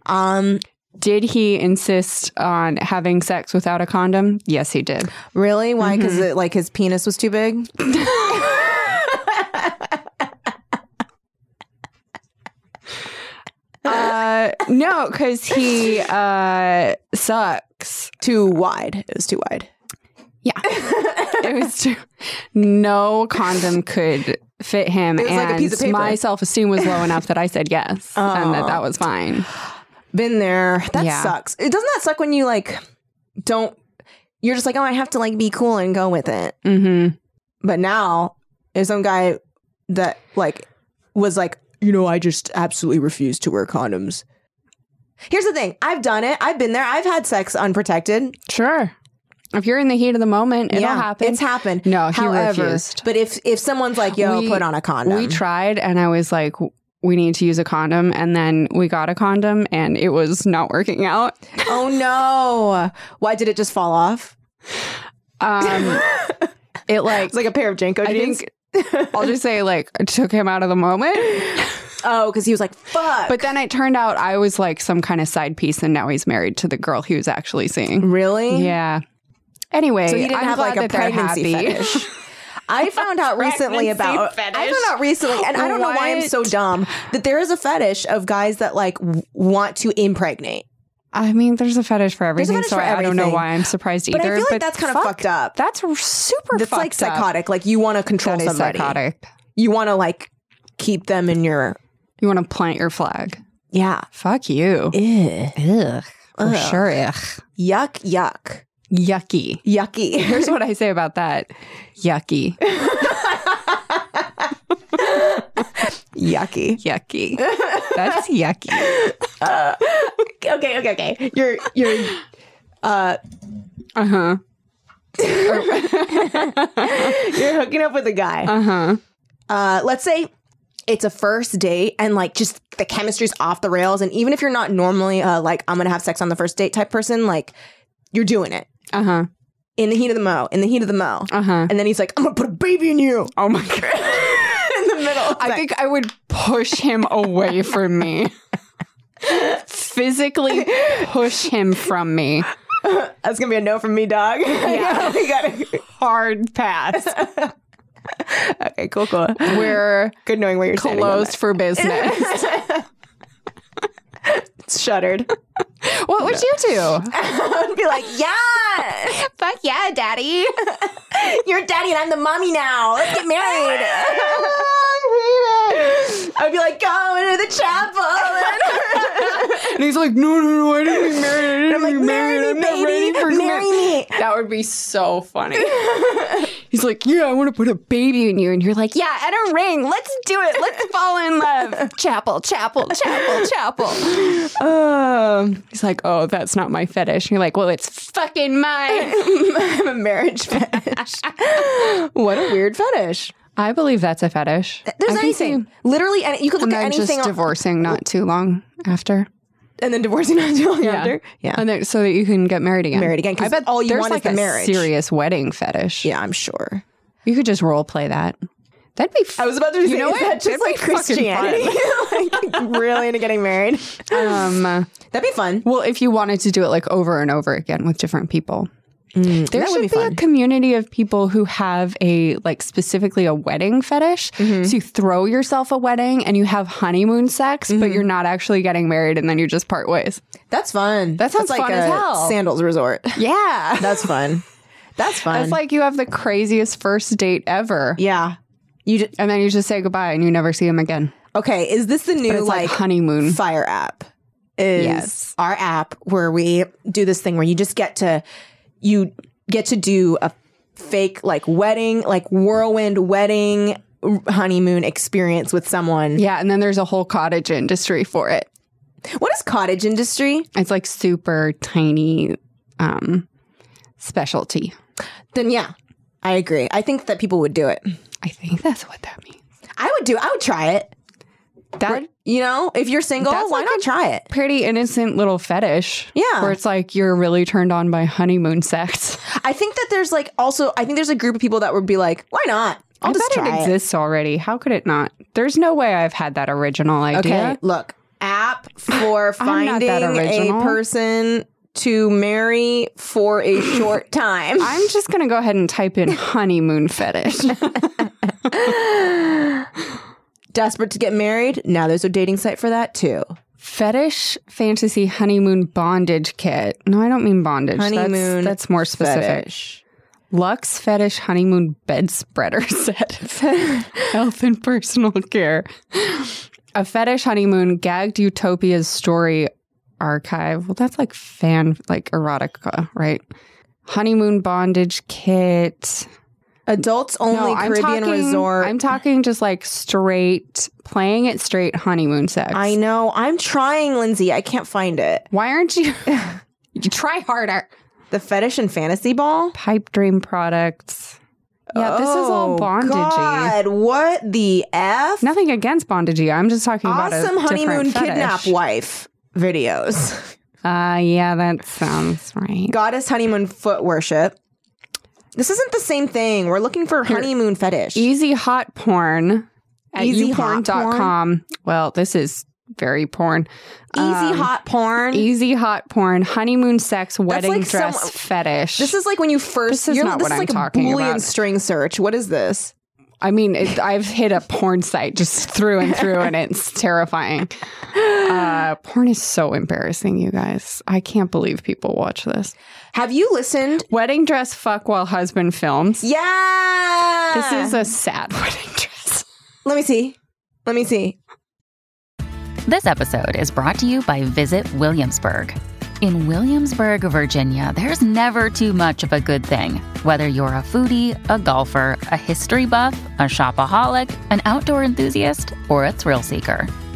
A: Um,
C: Did he insist on having sex without a condom? Yes, he did. Mm-hmm.
A: really? Why? Because like his penis was too big.
C: Uh, no, because he uh, sucks.
A: Too wide. It was too wide.
C: Yeah, it was too. No condom could fit him,
A: It was
C: and
A: like a piece of paper.
C: my self esteem was low enough that I said yes, and that that was fine.
A: Been there. That
C: Yeah.
A: sucks. It doesn't that suck when you like don't you're just like, oh, I have to like be cool and go with it.
C: Mm-hmm.
A: But now, if some guy that like was like, you know, I just absolutely refuse to wear condoms. *laughs* Here's the thing: I've done it. I've been there. I've had sex unprotected.
C: Sure. If you're in the heat of the moment, it'll happen.
A: It's happened.
C: No, he
A: However,
C: refused.
A: But if if someone's like, yo,
C: We-
A: put on a condom.
C: We tried, and I was like, we need to use a condom. And then we got a condom, and it was not working out.
A: oh no! Why did it just fall off? *laughs*
C: Um, it like
A: It's like a pair of Janko
C: I
A: jeans.
C: think I'll just say like took him out of the moment.
A: oh, because he was like, fuck.
C: But then it turned out I was like some kind of side piece, and now he's married to the girl he was actually seeing.
A: really?
C: Yeah. Anyway,
A: So he didn't
C: I'm
A: have like
C: glad
A: a
C: that they're
A: pregnancy
C: happy. *laughs*
A: fetish. I found out recently
C: Pregnancy
A: about I
C: fetish.
A: found out recently, and I don't know why I'm so
C: What?
A: dumb that there is a fetish of guys that like w- want to impregnate.
C: I mean, there's a fetish for everything,
A: fetish
C: so
A: for
C: I don't know
A: everything.
C: why I'm surprised
A: But I
C: either.
A: feel like that's kind of
C: fuck,
A: fucked up.
C: That's super
A: That's
C: fucked
A: like
C: up.
A: psychotic. Like you want to control
C: That is
A: somebody.
C: psychotic.
A: You want to like keep them in your
C: You want to plant
A: *laughs*
C: your flag.
A: yeah.
C: Fuck you.
A: Ew.
C: Ugh. For
A: Ugh.
C: sure. Ugh.
A: Yuck, yuck,
C: Yucky.
A: yucky.
C: *laughs* Here's what I say about that. Yucky.
A: yucky.
C: Yucky. That's yucky.
A: Uh, Okay, okay, okay. You're you're
C: Uh huh.
A: *laughs* you're hooking up with a guy. Uh huh.
C: Uh-huh.
A: Uh, let's say it's a first date and like just the chemistry's off the rails. And even if you're not normally uh, like I'm gonna have sex on the first date type person, like you're doing it
C: Uh huh.
A: in the heat of the mo, in the heat of the mo.
C: Uh huh.
A: And then he's like, I'm gonna put a baby in you
C: Oh my
A: *laughs*
C: god.
A: in *laughs* the middle.
C: I think I would push him away from me. Physically push him from me.
A: that's gonna be a no from me,
C: *laughs*
A: dog. Yeah, *laughs* we gotta. *laughs*
C: Hard pass.
A: Okay, cool, cool.
C: We're
A: Good knowing where you're standing. on
C: closed
A: *laughs*
C: for business.
A: that. shuttered.
C: what would you do?
A: I'd *laughs* be like, yeah,
C: *laughs* Fuck yeah, daddy.
A: *laughs* you're daddy and I'm the mommy now. Let's get
C: *laughs*
A: married. I'd be like, going to the chapel.
C: And he's like, no, no, no, I didn't get married. I didn't
A: I'm like,
C: get married.
A: marry
C: I'm
A: me,
C: not ready
A: baby.
C: for
A: Marry
C: mar-"
A: me.
C: That would be so *laughs* funny. he's like, yeah, I want to put a baby in you. And you're like, yeah, and a ring. Let's do it. Let's fall in love. *laughs* Chapel, *laughs* chapel, chapel, chapel. Um, he's like, oh, that's not my fetish. And you're like, well, it's fucking mine.
A: I'm *laughs* a marriage
C: *laughs*
A: fetish. what a weird fetish.
C: I believe that's a fetish.
A: There's
C: I can see-
A: anything. Literally, any, you could look
C: And
A: at
C: then just
A: anything on-
C: divorcing not too long after.
A: and then divorcing not too long after. Yeah.
C: And then, so that you can get married again.
A: Married again, 'cause
C: I bet
A: all you
C: there's
A: want is
C: like
A: the
C: a
A: marriage.
C: serious wedding fetish.
A: yeah, I'm sure.
C: You could just role play that. That'd be. F-
A: I was about to say,
C: You know
A: is
C: what?
A: that just
C: That'd be
A: like
C: fucking
A: Christianity? *laughs* like really into getting married?
C: um, uh,
A: That'd be fun.
C: well, if you wanted to do it like over and over again with different people, there
A: Mm, that
C: should
A: would be
C: be,
A: fun.
C: a community of people who have a like specifically a wedding fetish.
A: Mm-hmm.
C: So you throw yourself a wedding and you have honeymoon sex, but
A: Mm-hmm.
C: you're not actually getting married, and then you just part ways.
A: That's fun.
C: That sounds
A: That's like
C: fun
A: a
C: as hell.
A: sandals *laughs* resort.
C: *laughs* Yeah,
A: That's fun. That's fun.
C: that's like you have the craziest first date ever,
A: yeah. You just,
C: and then you just say goodbye and you never see him again.
A: okay? Is this the new
C: But it's like,
A: like,
C: honeymoon.
A: fire app? Is
C: Yes.
A: our app where we do this thing where you just get to you get to do a fake like wedding, like whirlwind wedding honeymoon experience with someone.
C: Yeah, and then there's a whole cottage industry for it.
A: What is cottage industry?
C: It's like super tiny um specialty.
A: Then yeah, I agree. I think that people would do it.
C: I think that's what that means.
A: I would do. I would try it.
C: That
A: You know, if you're single,
C: That's
A: why
C: like
A: not
C: a-
A: try it?
C: pretty innocent little fetish.
A: Yeah.
C: Where it's like you're really turned on by honeymoon sex.
A: I think that there's like also I think there's a group of people that would be like, why not? I'll
C: I
A: just
C: bet
A: try
C: it
A: it.
C: exists already. How could it not? There's no way I've had that original
A: Okay,
C: idea.
A: look, app *laughs* for
C: I'm not
A: finding
C: that
A: a
C: original.
A: person to marry for
C: *laughs*
A: a short time. *laughs*
C: I'm just gonna go ahead and type in honeymoon fetish.
A: desperate to get married. Now there's a dating site for that too.
C: fetish fantasy honeymoon bondage kit. No, I don't mean bondage. That's-
A: Honeymoon
C: That's, more specific.
A: fetish.
C: Lux fetish honeymoon bed spreader *laughs* set. Health and personal care. A fetish honeymoon gagged utopia's story archive. Well, that's like fan like erotica, right? honeymoon bondage kit.
A: Adults only Caribbean resort.
C: I'm talking just like straight, playing it straight honeymoon sex.
A: I know. I'm trying, Lindsay. I can't find it.
C: Why aren't you? *laughs* you try harder.
A: The fetish and fantasy ball?
C: Pipe dream products. Yeah, this is all
A: Oh,
C: bondagey.
A: God, what the F?
C: Nothing against bondagey. I'm just talking about
A: Awesome
C: a
A: honeymoon
C: different
A: kidnap
C: fetish.
A: wife videos.
C: Uh, yeah, that sounds right.
A: Goddess honeymoon foot worship. This isn't the same thing. We're looking for honeymoon fetish.
C: Easy hot porn at
A: Easy hot
C: youporn.com. Well, this is very porn.
A: Easy hot porn.
C: Um, Easy hot porn. Honeymoon sex, wedding
A: like some-
C: dress fetish.
A: This is like when you first.
C: This is
A: you're,
C: not
A: this
C: what
A: is
C: I'm
A: like a
C: talking
A: Boolean
C: about.
A: string search. What is this?
C: I mean, it, I've hit a porn site just through and through,
A: *laughs*
C: and it's terrifying. Uh, porn is so embarrassing, you guys. I can't believe people watch this.
A: Have you listened?
C: Wedding dress fuck while husband films.
A: Yeah.
C: This is a sad wedding dress.
A: Ah. Let me see. Let me see.
G: This episode is brought to you by Visit Williamsburg. In Williamsburg, Virginia, there's never too much of a good thing. Whether you're a foodie, a golfer, a history buff, a shopaholic, an outdoor enthusiast, or a thrill seeker,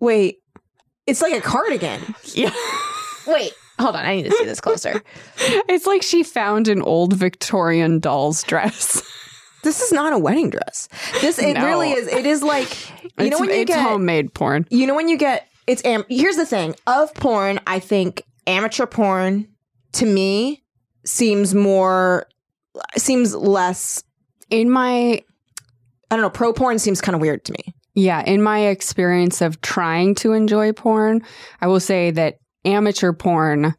A: Wait. It's like a cardigan.
C: Yeah.
A: Wait. Hold on. I need to see this closer.
C: *laughs* It's like she found an old Victorian doll's dress.
A: This is not a wedding dress. This it
C: No.
A: really is. It is like you know
C: It's-
A: when you
C: it's
A: get
C: homemade porn.
A: You know when you get it's am. Here's the thing of porn. I think amateur porn to me seems more seems less
C: in my.
A: I don't know. Pro porn seems kind of weird to me.
C: Yeah, in my experience of trying to enjoy porn, I will say that amateur porn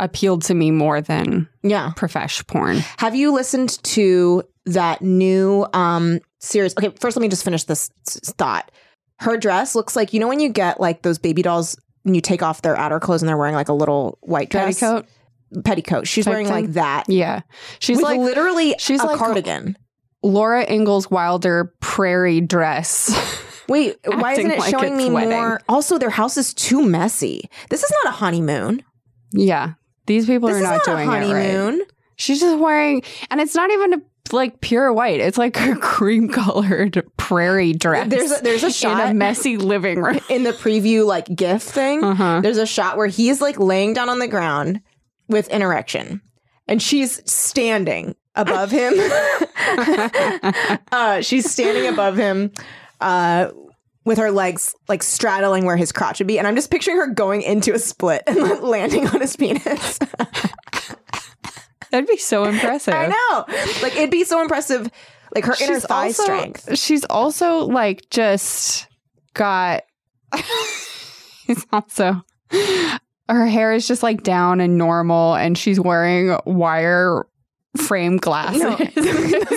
C: appealed to me more than
A: yeah
C: profesh porn.
A: Have you listened to that new um series? Okay, first let me just finish this s- thought. Her dress looks like you know when you get like those baby dolls and you take off their outer clothes and they're wearing like a little white dress
C: Petticoat?
A: Petticoat. She's
C: Type
A: wearing like
C: thing?
A: that.
C: Yeah, she's
A: With
C: like
A: literally
C: she's
A: a
C: like
A: cardigan.
C: Laura Ingalls Wilder prairie dress. *laughs*
A: Wait, why
C: Acting
A: isn't it
C: like
A: showing
C: it's
A: me
C: wedding.
A: more? Also, their house is too messy. This is not a honeymoon.
C: Yeah, these people
A: This
C: are
A: is
C: not,
A: not a
C: doing it
A: honeymoon. right.
C: She's just wearing, and it's not even a like pure white. It's like a *laughs* cream colored prairie dress.
A: There's a, there's a shot
C: *laughs* in a messy living
A: *laughs*
C: room Uh-huh.
A: in the preview like GIF thing. There's a shot where he is like laying down on the ground with an erection, and she's standing above him. *laughs* uh, she's standing above him. Uh, with her legs like straddling where his crotch would be, and I'm just picturing her going into a split and *laughs* like, landing on his penis.
C: That'd be so impressive.
A: *laughs* I know, like it'd be so impressive, like her inner thigh
C: also,
A: strength.
C: She's also like just got. *laughs* she's also. Her hair is just like down and normal, and she's wearing wire frame glasses.
A: No, *laughs*
C: *laughs*
A: those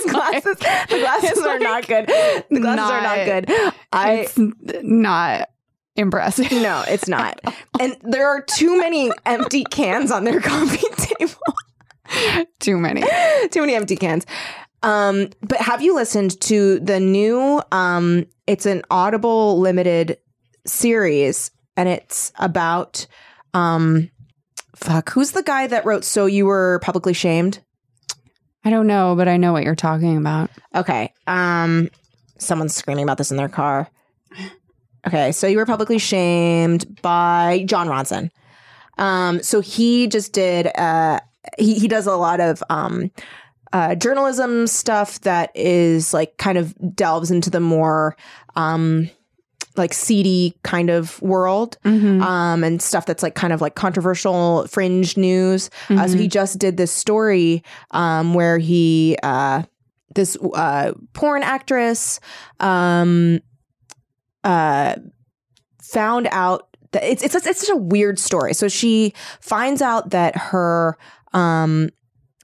A: glasses, the glasses are not good. The glasses are not good. I
C: it's not impressive.
A: no, it's not. and there are too many empty cans on their *laughs* coffee table.
C: Too many.
A: too many empty cans. Um, but have you listened to the new? Um, it's an Audible limited series, and it's about um, fuck. Who's the guy that wrote "So You Were Publicly Shamed"?
C: I don't know, but I know what you're talking about.
A: Okay. Um someone's screaming about this in their car. Okay, so you were publicly shamed by John Ronson. Um so he just did uh he he does a lot of um uh, journalism stuff that is like kind of delves into the more um, like seedy kind of world um, and stuff that's like kind of like controversial fringe news. Uh, so
C: Mhm.
A: he just did this story um, where he uh, this uh, porn actress um, uh, found out that it's, it's it's such a weird story. So she finds out that her um,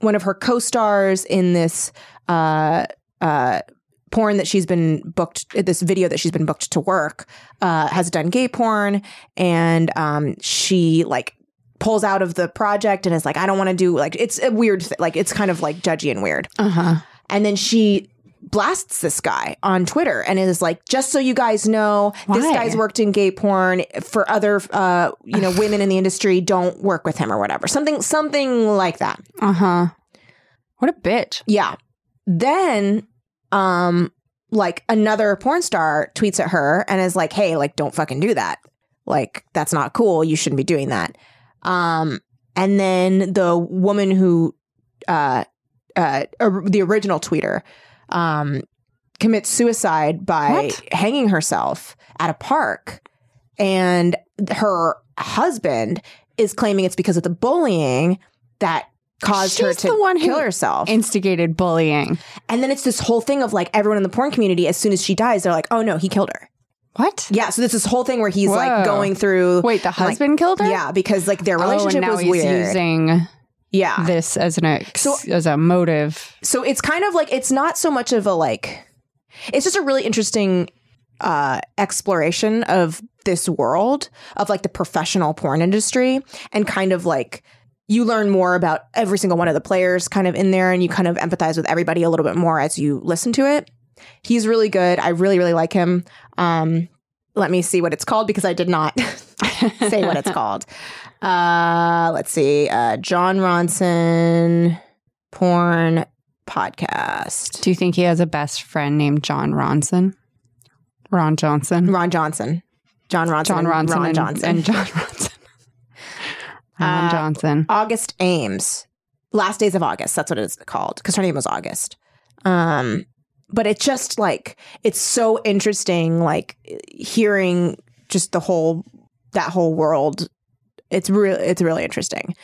A: one of her co-stars in this uh, uh, porn that she's been booked this video that she's been booked to work uh, has done gay porn and um, she like pulls out of the project and is like i don't want to do like it's a weird thi- like it's kind of like judgy and weird
C: *laughs* Uh-huh.
A: and then she blasts this guy on Twitter and is like, just so you guys know, this
C: Why?
A: guy's worked in gay porn for other, uh, you know, women in the industry. Don't work with him or whatever. Something, something like that.
C: Uh huh. What a bitch.
A: Yeah. Then, um, like another porn star tweets at her and is like, hey, like, don't fucking do that. Like, that's not cool. You shouldn't be doing that. Um, and then the woman who, uh, uh, or the original tweeter, um, commits suicide by hanging herself at a park. And her husband is claiming it's because of the bullying that caused her
C: She's
A: to
C: the one who
A: kill herself.
C: Instigated bullying.
A: And then it's this whole thing of like everyone in the porn community, as soon as she dies, they're like, oh no, he killed her.
C: What?
A: Yeah. So there's this whole thing where he's
C: Whoa.
A: like going through.
C: Wait, the husband killed her?
A: Yeah, because like their
C: Oh, and
A: relationship
C: now
A: was
C: he's
A: weird.
C: using
A: yeah
C: this as an ex- as a motive.
A: so it's kind of like it's not so much of a like it's just a really interesting uh exploration of this world of like the professional porn industry and kind of like you learn more about every single one of the players kind of in there and you kind of empathize with everybody a little bit more as you listen to it he's really good i really really like him um let me see what it's called because i did not *laughs* say what it's called uh let's see uh john ronson porn podcast.
C: Do you think he has a best friend named John Ronson? Ron Johnson.
A: Ron Johnson. John Ronson.
C: John
A: and
C: Ronson.
A: Ron
C: and,
A: Johnson.
C: And John Ronson. Ron
A: Uh,
C: Johnson.
A: August Ames. Last Days of August. That's what it's called because her name was August. Um, but it's just like it's so interesting, like hearing just the whole that whole world. It's really it's really interesting.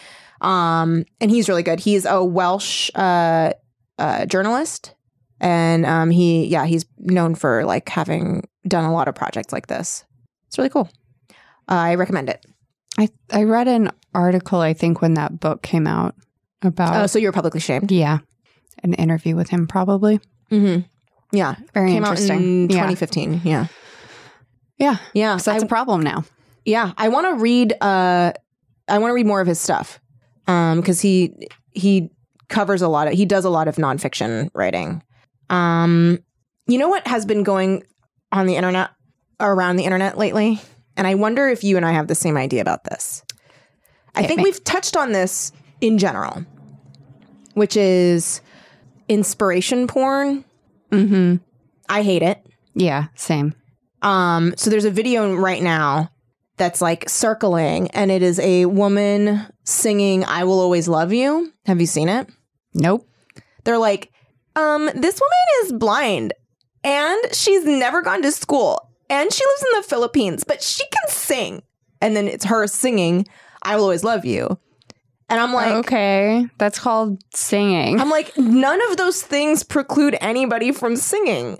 A: Um, and he's really good. He's a Welsh uh, uh, journalist, and um, he yeah he's known for like having done a lot of projects like this. It's really cool. I recommend it.
C: I, I read an article, I think, when that book came out about.
A: Oh, so you were publicly shamed?
C: Yeah. An interview with him, probably.
A: Mm-hmm. Yeah.
C: Very
A: Came out
C: interesting.
A: in
C: Yeah.
A: 2015. Yeah.
C: Yeah.
A: Yeah.
C: So that's a problem now.
A: Yeah. I want to read, uh, I want to read more of his stuff. Um, cause he, he covers a lot of, he does a lot of nonfiction writing. Um, you know what has been going on the internet, around the internet lately? And I wonder if you and I have the same idea about this. I
C: Hit
A: think
C: me.
A: we've touched on this in general, which is inspiration porn.
C: Mm-hmm.
A: I hate it.
C: Yeah. Same.
A: Um, so there's a video right now that's like circling, and it is a woman singing "I Will Always Love You." Have you seen it?
C: Nope.
A: They're like, um, this woman is blind, and she's never gone to school, and she lives in the Philippines, but she can sing. And then it's her singing "I Will Always Love You," and I'm
C: Oh.
A: like,
C: okay. That's called singing.
A: I'm like, none of those things preclude anybody from singing.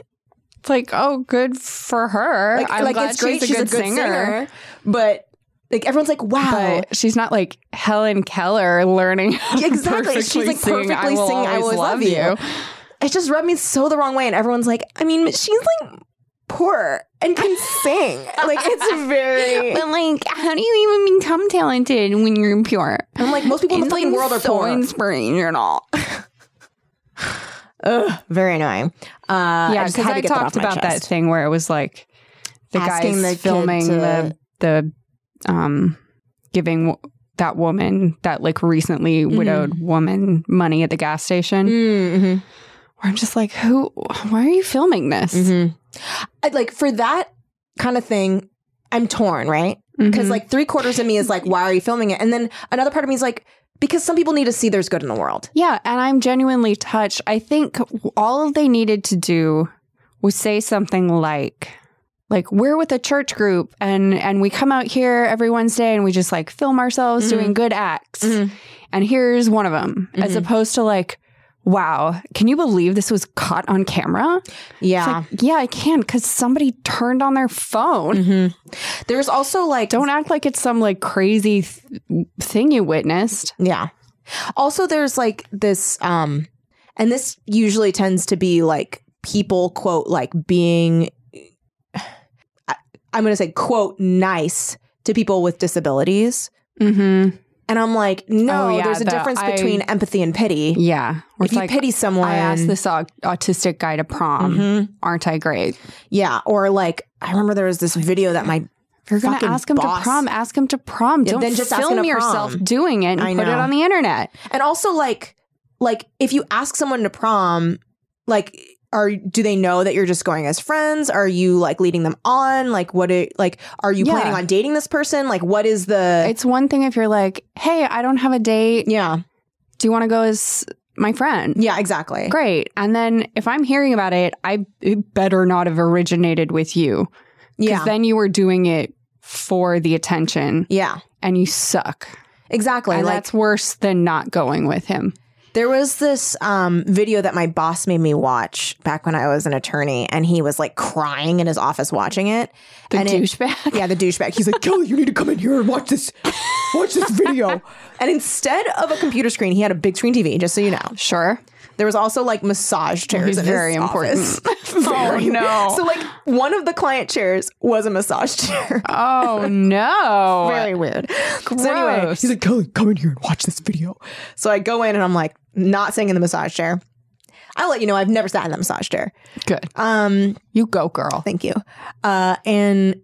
C: It's like, oh, good for her.
A: Like,
C: I'm
A: like
C: glad
A: it's great
C: she's a good, singer.
A: but like everyone's like, wow,
C: But she's not like Helen Keller learning how to
A: Exactly. She's,
C: perfectly
A: like,
C: sing,
A: perfectly sing, "I will love you." it just rubbed me so the wrong way. And everyone's like, I mean, she's like poor and can sing. Like
C: *laughs*
A: it's very.
C: But like, how do you even become talented when you're pure?
A: I'm like most people in the
C: It's,
A: fucking
C: like,
A: world are
C: so
A: poor.
C: inspirational.
A: *laughs* Ugh, very annoying. Uh,
C: yeah,
A: just
C: because
A: had
C: I,
A: to get that off
C: talked
A: my
C: about that
A: chest.
C: thing where it was like the
A: Asking the
C: guy
A: kid
C: filming
A: to-
C: the the um giving w- that woman that like recently widowed woman money at the gas station.
A: Mm-hmm. Mm, mhm.
C: Where I'm just like, who? Why are you filming this?
A: I'd Mm-hmm. like for that kind of thing, I'm torn, right? Because
C: Mhm.
A: like three quarters of me is like, why are you filming it? And then another part of me is like, because some people need to see there's good in the world.
C: Yeah, and I'm genuinely touched. I think all they needed to do was say something like like we're with a church group and and we come out here every Wednesday and we just like
A: Mm-hmm.
C: film ourselves doing good acts. And here's one of them as opposed to like wow, can you believe this was caught on camera?
A: Yeah.
C: It's like, yeah, I can because somebody turned on their phone.
A: Mm-hmm. There's also like,
C: don't act like it's some like crazy th- thing you witnessed.
A: Yeah. Also, there's like this, um, and this usually tends to be like people quote like being, *sighs* I, I'm going to say quote nice to people with disabilities,
C: Mm-hmm.
A: and I'm like, no,
C: Oh, yeah,
A: there's a
C: the-
A: difference
C: I-
A: between empathy and pity.
C: Yeah. Or
A: if
C: it's
A: you
C: like,
A: pity someone,
C: I asked this au- autistic guy to prom.
A: Mhm.
C: Aren't I great?
A: yeah, or like I remember there was this video that my
C: If you're gonna
A: fucking
C: ask him
A: boss-
C: to prom, ask him to prom.
A: Yeah,
C: Don't
A: then just ask him
C: film
A: to
C: yourself
A: prom.
C: doing it and
A: I
C: put it
A: know.
C: on the internet.
A: And also like like if you ask someone to prom, like are do they know that you're just going as friends? Are you like leading them on? Like what it like are you
C: Yeah.
A: planning on dating this person? Like what is the
C: It's one thing if you're like, hey, I don't have a date.
A: Yeah.
C: Do you want to go as my friend?
A: Yeah, exactly.
C: Great. And then if I'm hearing about it, I it better not have originated with you. Because
A: Yeah.
C: then you were doing it for the attention
A: Yeah.
C: and you suck.
A: Exactly.
C: and
A: like
C: that's worse than not going with him.
A: There was this um, video that my boss made me watch back when I was an attorney, and he was like crying in his office watching it.
C: The
A: and it-
C: douchebag.
A: yeah, the douchebag. He's
C: *laughs*
A: like, Kelly, you need to come in here and watch this, watch this
C: *laughs*
A: video. and instead of a computer screen, he had a big screen TV. Just so you know,
C: Sure.
A: there was also like massage chairs.
C: he's
A: in his
C: very important.
A: office.
C: *laughs* Oh, no.
A: *laughs* So like one of the client chairs was a massage *laughs* chair.
C: Oh no.
A: Very weird. So anyway,
C: Gross.
A: he's like, Kelly, come in here and watch this video. So I go in and I'm like, not sitting in the massage chair. I'll let you know I've never sat in the massage chair.
C: Good.
A: Um,
C: You go, girl.
A: thank you. Uh, and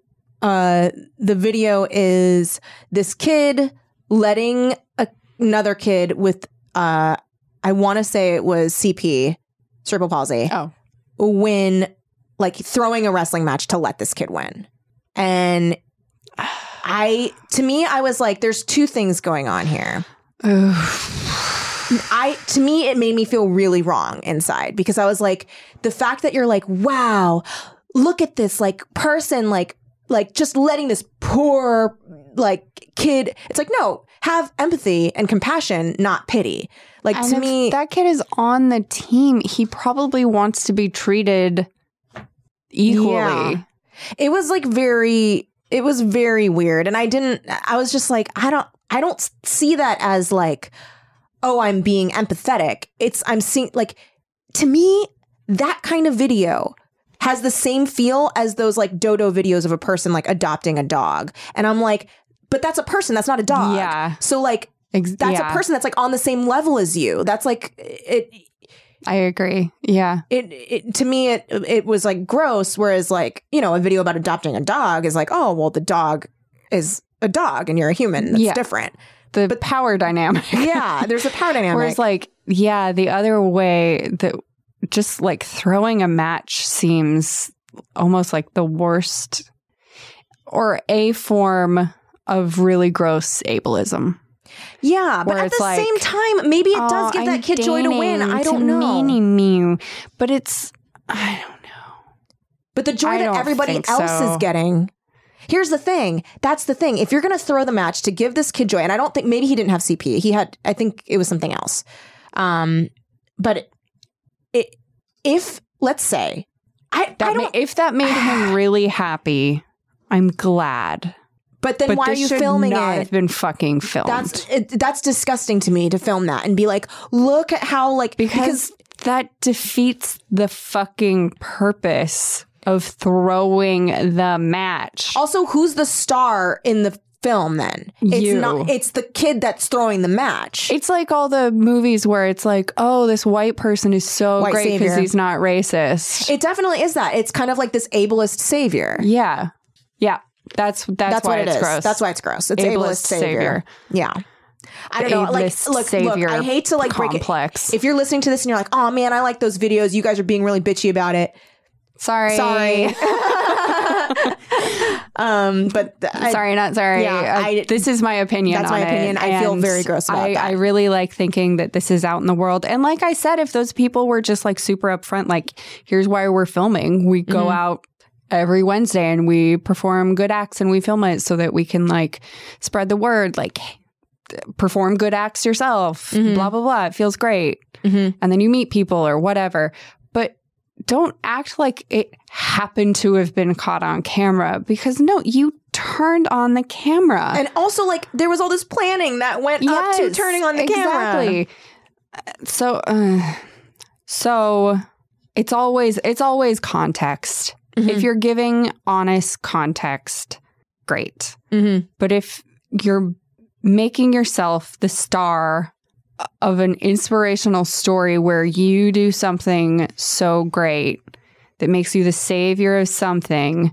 A: uh, the video is this kid letting a- another kid with, uh, I want to say it was CP, cerebral palsy,
C: Oh.
A: win, like throwing a wrestling match to let this kid win. And I, to me, I was like, there's two things going on here. I to me it made me feel really wrong inside because I was like the fact that you're like wow look at this like person like like just letting this poor like kid it's like no have empathy and compassion not pity like
C: And
A: to
C: if
A: me
C: that kid is on the team. He probably wants to be treated equally.
A: Yeah. it was like very it was very weird and I didn't I was just like I don't I don't see that as like oh I'm being empathetic it's I'm seeing like to me that kind of video has the same feel as those like dodo videos of a person like adopting a dog and I'm like but that's a person that's not a dog
C: Yeah.
A: so like
C: Ex-
A: that's
C: yeah.
A: a person that's like on the same level as you that's like it
C: I agree. Yeah.
A: it, it to me it it was like gross whereas like you know a video about adopting a dog is like oh well the dog is a dog and you're a human that's
C: Yeah.
A: different
C: The power dynamic. *laughs*
A: yeah there's a power dynamic
C: Whereas, like, yeah, the other way that just like throwing a match seems almost like the worst or a form of really gross ableism.
A: yeah but
C: where
A: at
C: it's
A: the
C: like,
A: same time maybe it does
C: "Oh,
A: give
C: I'm
A: that kid joy to win
C: deigning
A: i don't
C: to
A: know
C: meanie mew. But it's, I don't know.
A: but the joy
C: I
A: that
C: don't
A: everybody
C: think
A: else
C: so.
A: is getting here's the thing that's the thing if you're going to throw the match to give this kid joy and i don't think maybe he didn't have cp he had i think it was something else um but it, it if let's say I, I
C: That
A: don't
C: ma- if that made
A: *sighs*
C: him really happy, I'm glad.
A: But then
C: but
A: why are
C: this
A: you
C: should
A: filming
C: not
A: it?
C: Have been fucking filmed.
A: That's it, that's disgusting to me to film that and be like, look at how like
C: because, that defeats the fucking purpose of throwing the match.
A: also who's the star in the film then? It's
C: You.
A: not it's the kid that's throwing the match.
C: It's like all the movies where it's like, oh, this white person is so
A: White
C: great because
A: savior.
C: he's not racist.
A: It definitely is that. It's kind of like this ableist savior.
C: yeah, yeah. That's that's,
A: That's, what
C: why
A: it
C: it's
A: is.
C: gross.
A: That's why it's gross. It's ableist,
C: Ableist
A: savior.
C: savior.
A: Yeah. I don't know. Like,
C: Ableist
A: look, look,
C: savior
A: I hate to like break
C: complex.
A: it. If you're listening to this and you're like, oh man, I like those videos. You guys are being really bitchy about it.
C: sorry, *laughs*
A: Sorry. *laughs* um, but th- I-
C: sorry, not sorry.
A: Yeah,
C: Uh,
A: I-
C: this is my opinion.
A: That's my
C: on it,
A: opinion. I feel
C: and
A: very gross about
C: I,
A: that.
C: I really like thinking that this is out in the world. And like I said, if those people were just like super upfront, like here's why we're filming. We go out every Wednesday and we perform good acts and we film it so that we can like spread the word. Like perform good acts yourself, blah, blah, blah. It feels great. And then you meet people or whatever. But don't act like it happened to have been caught on camera because no, you turned on the camera.
A: And also, like, there was all this planning that went up to
C: Yes,
A: turning on the
C: exactly. So, uh, so it's always it's always context.
A: Mm-hmm.
C: If you're giving honest context, great.
A: Mm-hmm.
C: But if you're making yourself the star of an inspirational story where you do something so great that makes you the savior of something,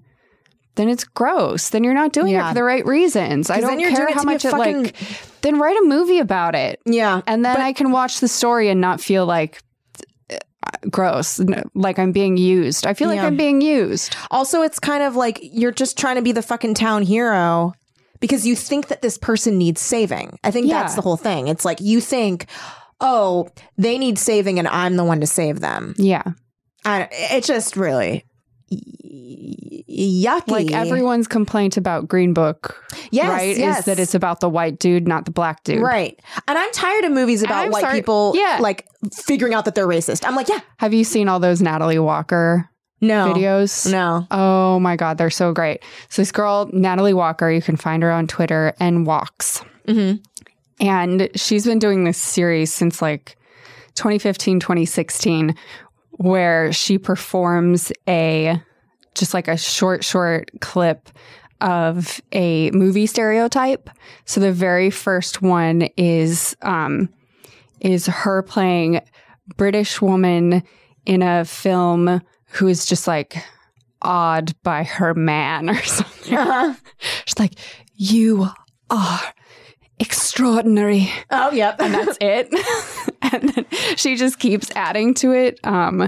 C: then it's gross. Then you're not doing it for the right reasons. I
A: 'Cause
C: don't
A: then you're
C: care
A: doing it
C: how
A: to be a
C: much it
A: fucking-
C: like. Then write a movie about it.
A: Yeah,
C: and then I can watch the story and not feel like uh, gross, n- like I'm being used. I feel like
A: Yeah.
C: I'm being used.
A: Also, it's kind of like you're just trying to be the fucking town hero because you think that this person needs saving. I think
C: Yeah.
A: that's the whole thing. It's like you think, oh, they need saving and I'm the one to save them.
C: Yeah.
A: I, it's just really yucky.
C: Like everyone's complaint about Green Book,
A: Yes,
C: right,
A: yes.
C: is that it's about the white dude, not the black dude.
A: Right. And I'm tired of movies about
C: I'm
A: white
C: sorry-
A: people
C: yeah.
A: like figuring out that they're racist. I'm like, yeah,
C: Have you seen all those Natalie Walker
A: No.
C: videos?
A: No.
C: Oh my God, they're so great. So this girl, Natalie Walker, you can find her on Twitter and walks.
A: Mm-hmm.
C: And she's been doing this series since like 2015, 2016, where she performs a just like a short, short clip of a movie stereotype. So the very first one is um, is her playing British woman in a film who is just like awed by her man or *laughs* something. She's like, "You are extraordinary."
A: Oh, yep. *laughs*
C: and that's it. *laughs* and then she just keeps adding to it. Um,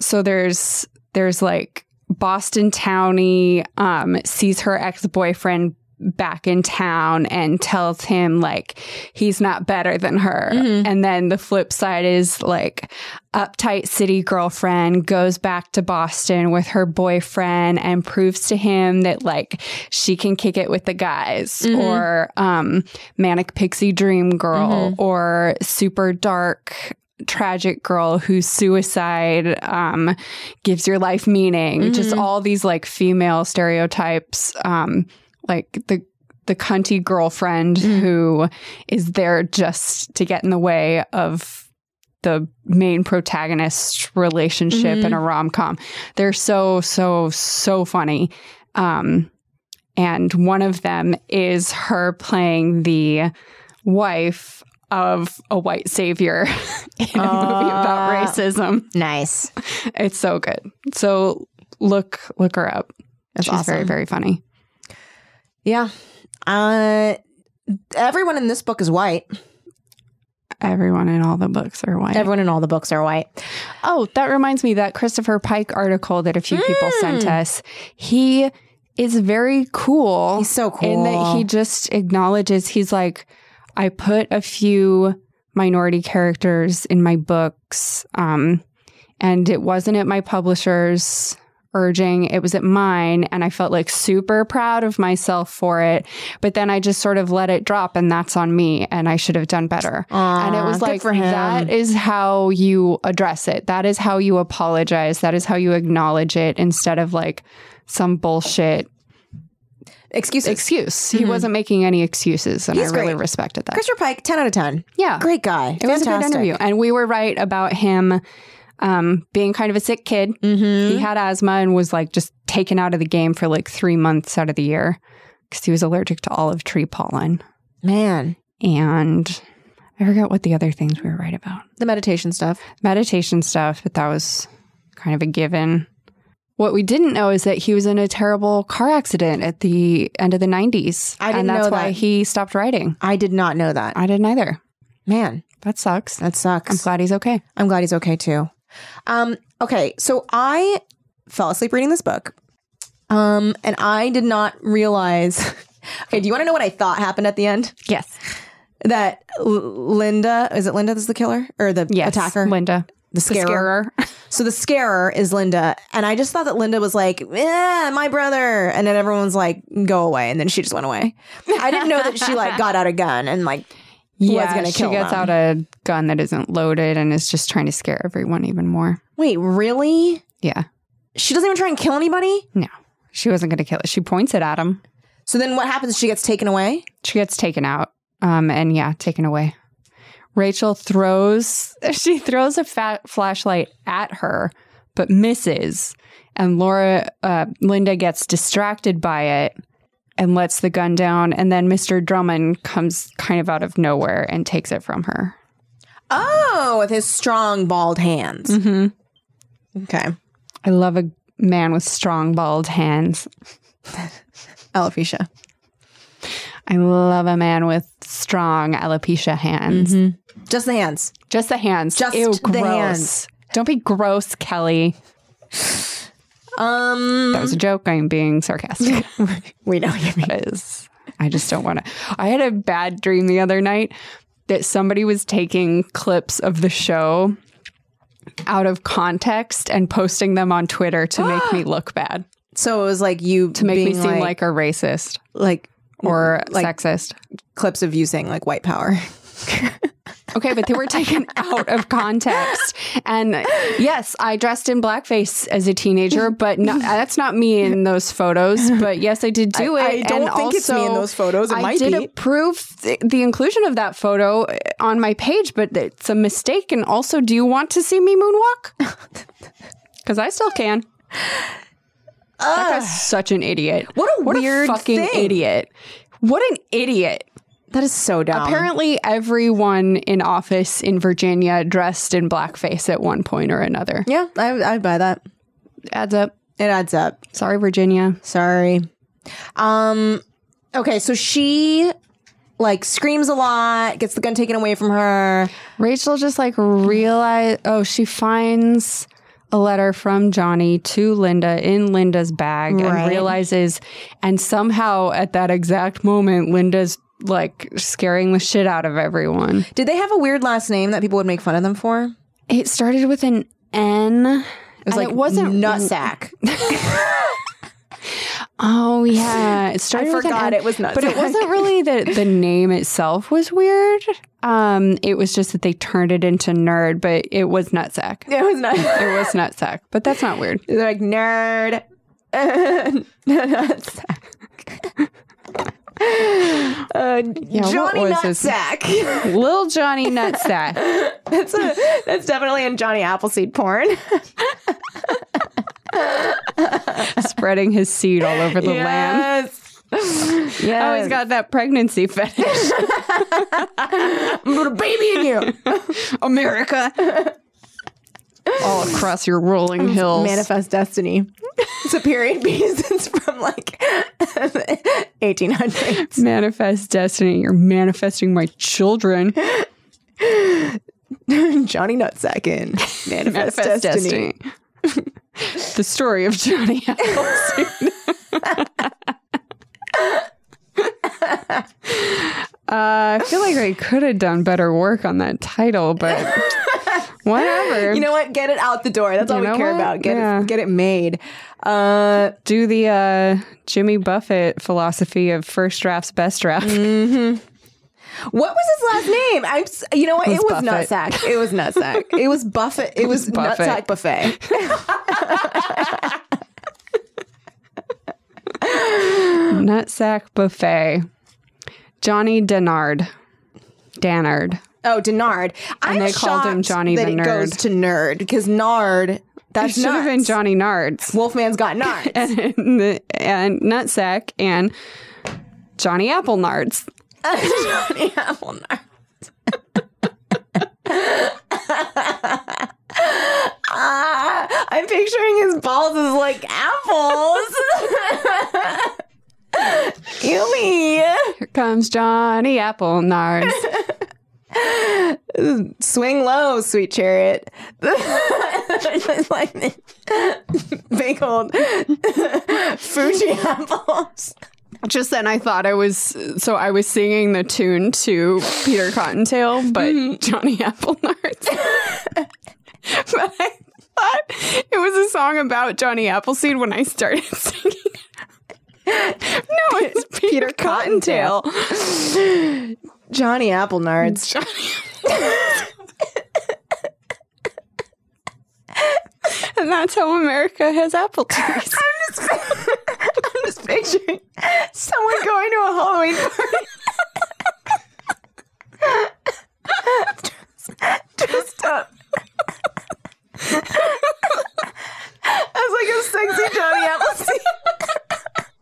C: so there's there's like Boston Townie um, sees her ex boyfriend back in town and tells him like he's not better than her
A: Mm-hmm.
C: and then the flip side is like uptight city girlfriend goes back to boston with her boyfriend and proves to him that like she can kick it with the guys
A: Mm-hmm.
H: Mhm.
C: or um manic pixie dream girl
H: Mhm.
C: or super dark tragic girl whose suicide um, gives your life meaning just
H: Mhm.
C: all these like female stereotypes um, like the the cunty girlfriend who is there just to get in the way of the main protagonist's relationship in
H: Mhm.
C: a
A: Mm-hmm.
C: rom-com they're so so so funny um, and one of them is her playing the wife of a white savior *laughs* in a movie about
A: Uh,
C: racism.
A: Nice.
C: It's so good. So look look her up.
A: That's
C: She's very
A: awesome.
C: very funny.
A: Yeah. Uh, everyone in this book is white.
C: Everyone in all the books are white.
A: Everyone in all the books are white.
C: Oh, that reminds me that Christopher Pike article that a few people
A: Hmm.
C: sent us. He is very cool. He's
A: so
C: In that
A: cool.
C: he just acknowledges he's like, I put a few minority characters in my books. Um, and it wasn't at my publisher's urging, it was at mine. And I felt like super proud of myself for it. But then I just sort of let it drop, and that's on me. And I should have done better. and it
A: Aw,
C: was
A: good
C: like,
A: for him.
C: that is how you address it. That is how you apologize. That is how you acknowledge it instead of like some bullshit
A: Excuse
C: excuse. He wasn't making any excuses. And
A: Mm-hmm. He's
C: I really
A: great.
C: respected that.
A: Christopher Pike, 10 out of 10.
C: Yeah.
A: Great guy.
C: It was a good
A: Fantastic.
C: interview. And we were right about him um, being kind of a sick kid.
A: Mm-hmm.
C: He had asthma and was like just taken out of the game for like three months out of the year because he was allergic to olive tree pollen.
A: Man.
C: And I forgot what the other things we were right about.
A: The meditation stuff.
C: Meditation stuff, but that was kind of a given. What we didn't know is that he was in a terrible car accident at the end of the 90s.
A: I didn't
C: and that's
A: know
C: why
A: that.
C: he stopped writing.
A: I did not know that.
C: I didn't either.
A: Man.
C: That sucks.
A: That sucks. I'm
C: glad he's okay.
A: I'm glad he's okay too. Um, okay, so I fell asleep reading this book. Um, and I did not realize. *laughs* okay, do you want to know what I thought happened at the end?
C: Yes.
A: That L- Linda, is it Linda that's the killer or the
C: Yes,
A: attacker?
C: Linda.
A: The scarer. *laughs* so the scarer is Linda. And I just thought that Linda was like, yeah, my brother. And then everyone's like, go away. And then she just went away. I didn't know that she like got out a gun and like was
C: Yeah,
A: going to
C: she
A: kill
C: gets
A: them.
C: out a gun that isn't loaded and is just trying to scare everyone even more.
A: Wait, really?
C: Yeah.
A: She doesn't even try and kill anybody?
C: No, she wasn't going to kill it. She points it at him.
A: So then what happens? She gets taken away?
C: She gets taken out. Um, and yeah, taken away. Rachel throws, *laughs* she throws a fat flashlight at her, but misses. And Laura, uh, Linda gets distracted by it and lets the gun down. And then Mr. Drummond comes kind of out of nowhere and takes it from her.
A: Oh, with his strong bald hands.
C: Mm-hmm.
A: Okay.
C: I love a man with strong, bald hands.
A: *laughs* Alopecia.
C: I love a man with strong alopecia hands.
A: Mm-hmm. Just the hands.
C: Just the hands.
A: Just
C: Ew,
A: the
C: gross.
A: hands.
C: Don't be gross, Kelly.
A: Um,
C: That was a joke. I'm being sarcastic.
A: *laughs* we know you mean.
C: I just don't want to. I had a bad dream the other night that somebody was taking clips of the show out of context and posting them on Twitter to
A: *gasps*
C: make me look bad.
A: So it was like you
C: to make me
A: being
C: seem like, a racist,
A: like
C: or
A: like-
C: sexist.
A: clips of you saying like white power. *laughs*
C: Okay, but they were taken out of context. And yes, I dressed in blackface as a teenager,
A: *laughs*
C: but no, that's not me in those photos. But yes, I did do
A: I- I
C: it.
A: don't
C: and
A: think it's me in
C: also,
A: those photos. It
C: I
A: might
C: did
A: be.
C: approve th- the inclusion of that photo eh, on my page, but it's a mistake. And also, do you want to see me
A: *laughs*
C: moonwalk? Because I still can. that guy's such an idiot.
A: What a
C: what
A: weird
C: a fucking
A: thing.
C: idiot. What an idiot.
A: That is so dumb.
C: Apparently, everyone in office in Virginia dressed in blackface at one point or another.
A: Yeah, I I buy that.
C: Adds up.
A: It adds up.
C: Sorry, Virginia.
A: Sorry. Um okay, so she like screams a lot, gets the gun taken away from her.
C: Rachel just like realized, oh, she finds a letter from Johnny to Linda in Linda's bag
A: Right.
C: and realizes, and somehow at that exact moment, Linda's like scaring the shit out of everyone.
A: Did they have a weird last name that people would make fun of them for?
C: It started with an N. It
A: was like
C: it wasn't
A: nutsack.
C: *laughs* Oh yeah, it started. with an
A: forgot
C: N,
A: it was
C: but it
A: nutsack.
C: wasn't really that the name itself was weird. Um, it was just that they turned it into nerd, but it was nutsack.
A: *laughs* It was not.
C: It was
A: *laughs*
C: nutsack, but that's not weird.
A: They're like nerd. *laughs*
C: *laughs*
A: Nutsack. uh,
C: what
A: Johnny
C: was his-
A: Nutsack.
C: *laughs* Little Johnny Nutsack.
A: *laughs* that's a, that's definitely in Johnny Appleseed porn.
C: spreading his seed all over the land.
A: yes.
C: Yeah, Oh, he's got that pregnancy fetish.
A: *laughs* I'm gonna baby in you.
C: *laughs* America. all across your rolling hills.
A: Manifest destiny. It's a period piece. It's from like 1800s.
C: Manifest destiny. You're manifesting my children.
A: *laughs* Johnny Nutsack in Manifest,
C: Manifest
A: destiny.
C: destiny.
A: *laughs*
C: the story of Johnny *laughs* Appleseed. *laughs* Uh, I feel like I could have done better work on that title, but whatever.
A: You know what? Get it out the door. That's all
C: You
A: we
C: know
A: care
C: what?
A: about. Get
C: Yeah.
A: it, get it made. Uh,
C: do the uh, Jimmy Buffett philosophy of first drafts, best draft.
A: Mm-hmm. What was his last name? I, s- you know what? It
C: It
A: was,
C: was Buffett.
A: Nutsack. It was
C: *laughs*
A: Nutsack. It was Buffet. It, was, Nutsack
C: Buffett.
A: Buffet.
C: *laughs* Nutsack buffet. Johnny Denard. Danard.
A: Oh, Denard. I'm
C: they called him
A: shocked
C: Johnny
A: that
C: the
A: it goes
C: Nerd.
A: to nerd because Nard.
C: That
A: That's
C: should have been
A: nuts.
C: Johnny Nards.
A: Wolfman's
C: *laughs*
A: got Nard.
C: and, the- and Nutsack and Johnny Apple Nards.
A: Johnny Apple Nard. Ah, I'm picturing his balls as like apples. *laughs* Yummy.
C: Here comes Johnny Apple Nards.
A: *laughs* swing low, sweet chariot. *laughs* Just like this big old Fuji apples.
C: Just then, I thought I was so I was singing the
A: Mm-hmm.
C: *laughs* tune to Peter Cottontail, but Johnny Apple Nards. *laughs* but I thought it was a song about Johnny Appleseed when I started *laughs* singing. no,
A: *laughs*
C: it's Peter, Cottontail.
A: Johnny
C: *laughs*
A: Applenards.
C: and that's how America has apple
A: *laughs*
C: trees. *laughs*
A: I'm just picturing someone going to a Halloween party. just, just up. As like a sexy Johnny Appleseed.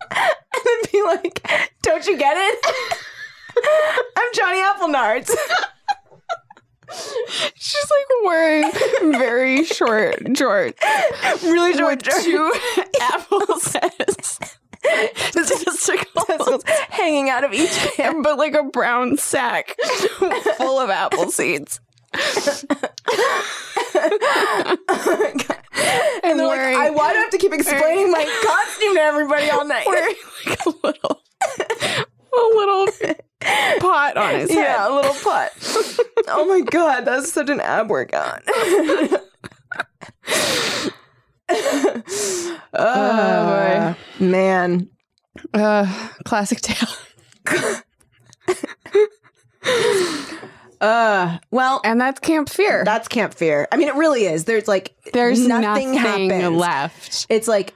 A: and then be like, don't you get it? I'm Johnny Applenards.
C: She's like wearing very short shorts.
A: Really *laughs* short
C: with two *laughs*
A: *laughs*
C: apples
A: testicles. hanging out of each hand,
C: but like a brown
A: *laughs*
C: sack full of apple *laughs* seeds.
A: and, they're like, I, why do I have to keep explaining my costume to everybody all night?
C: Wearing like a little, a little pot on his head.
A: Yeah, a little
C: *laughs*
A: pot. oh my god, that's such an ab workout.
C: *laughs*
A: oh
C: Uh,
A: boy, man.
C: Uh, classic tale.
A: Uh, well,
C: and that's Camp Fear.
A: That's Camp Fear. I mean, it really is. There's like
C: There's
A: nothing,
C: nothing
A: happens.
C: left.
A: It's like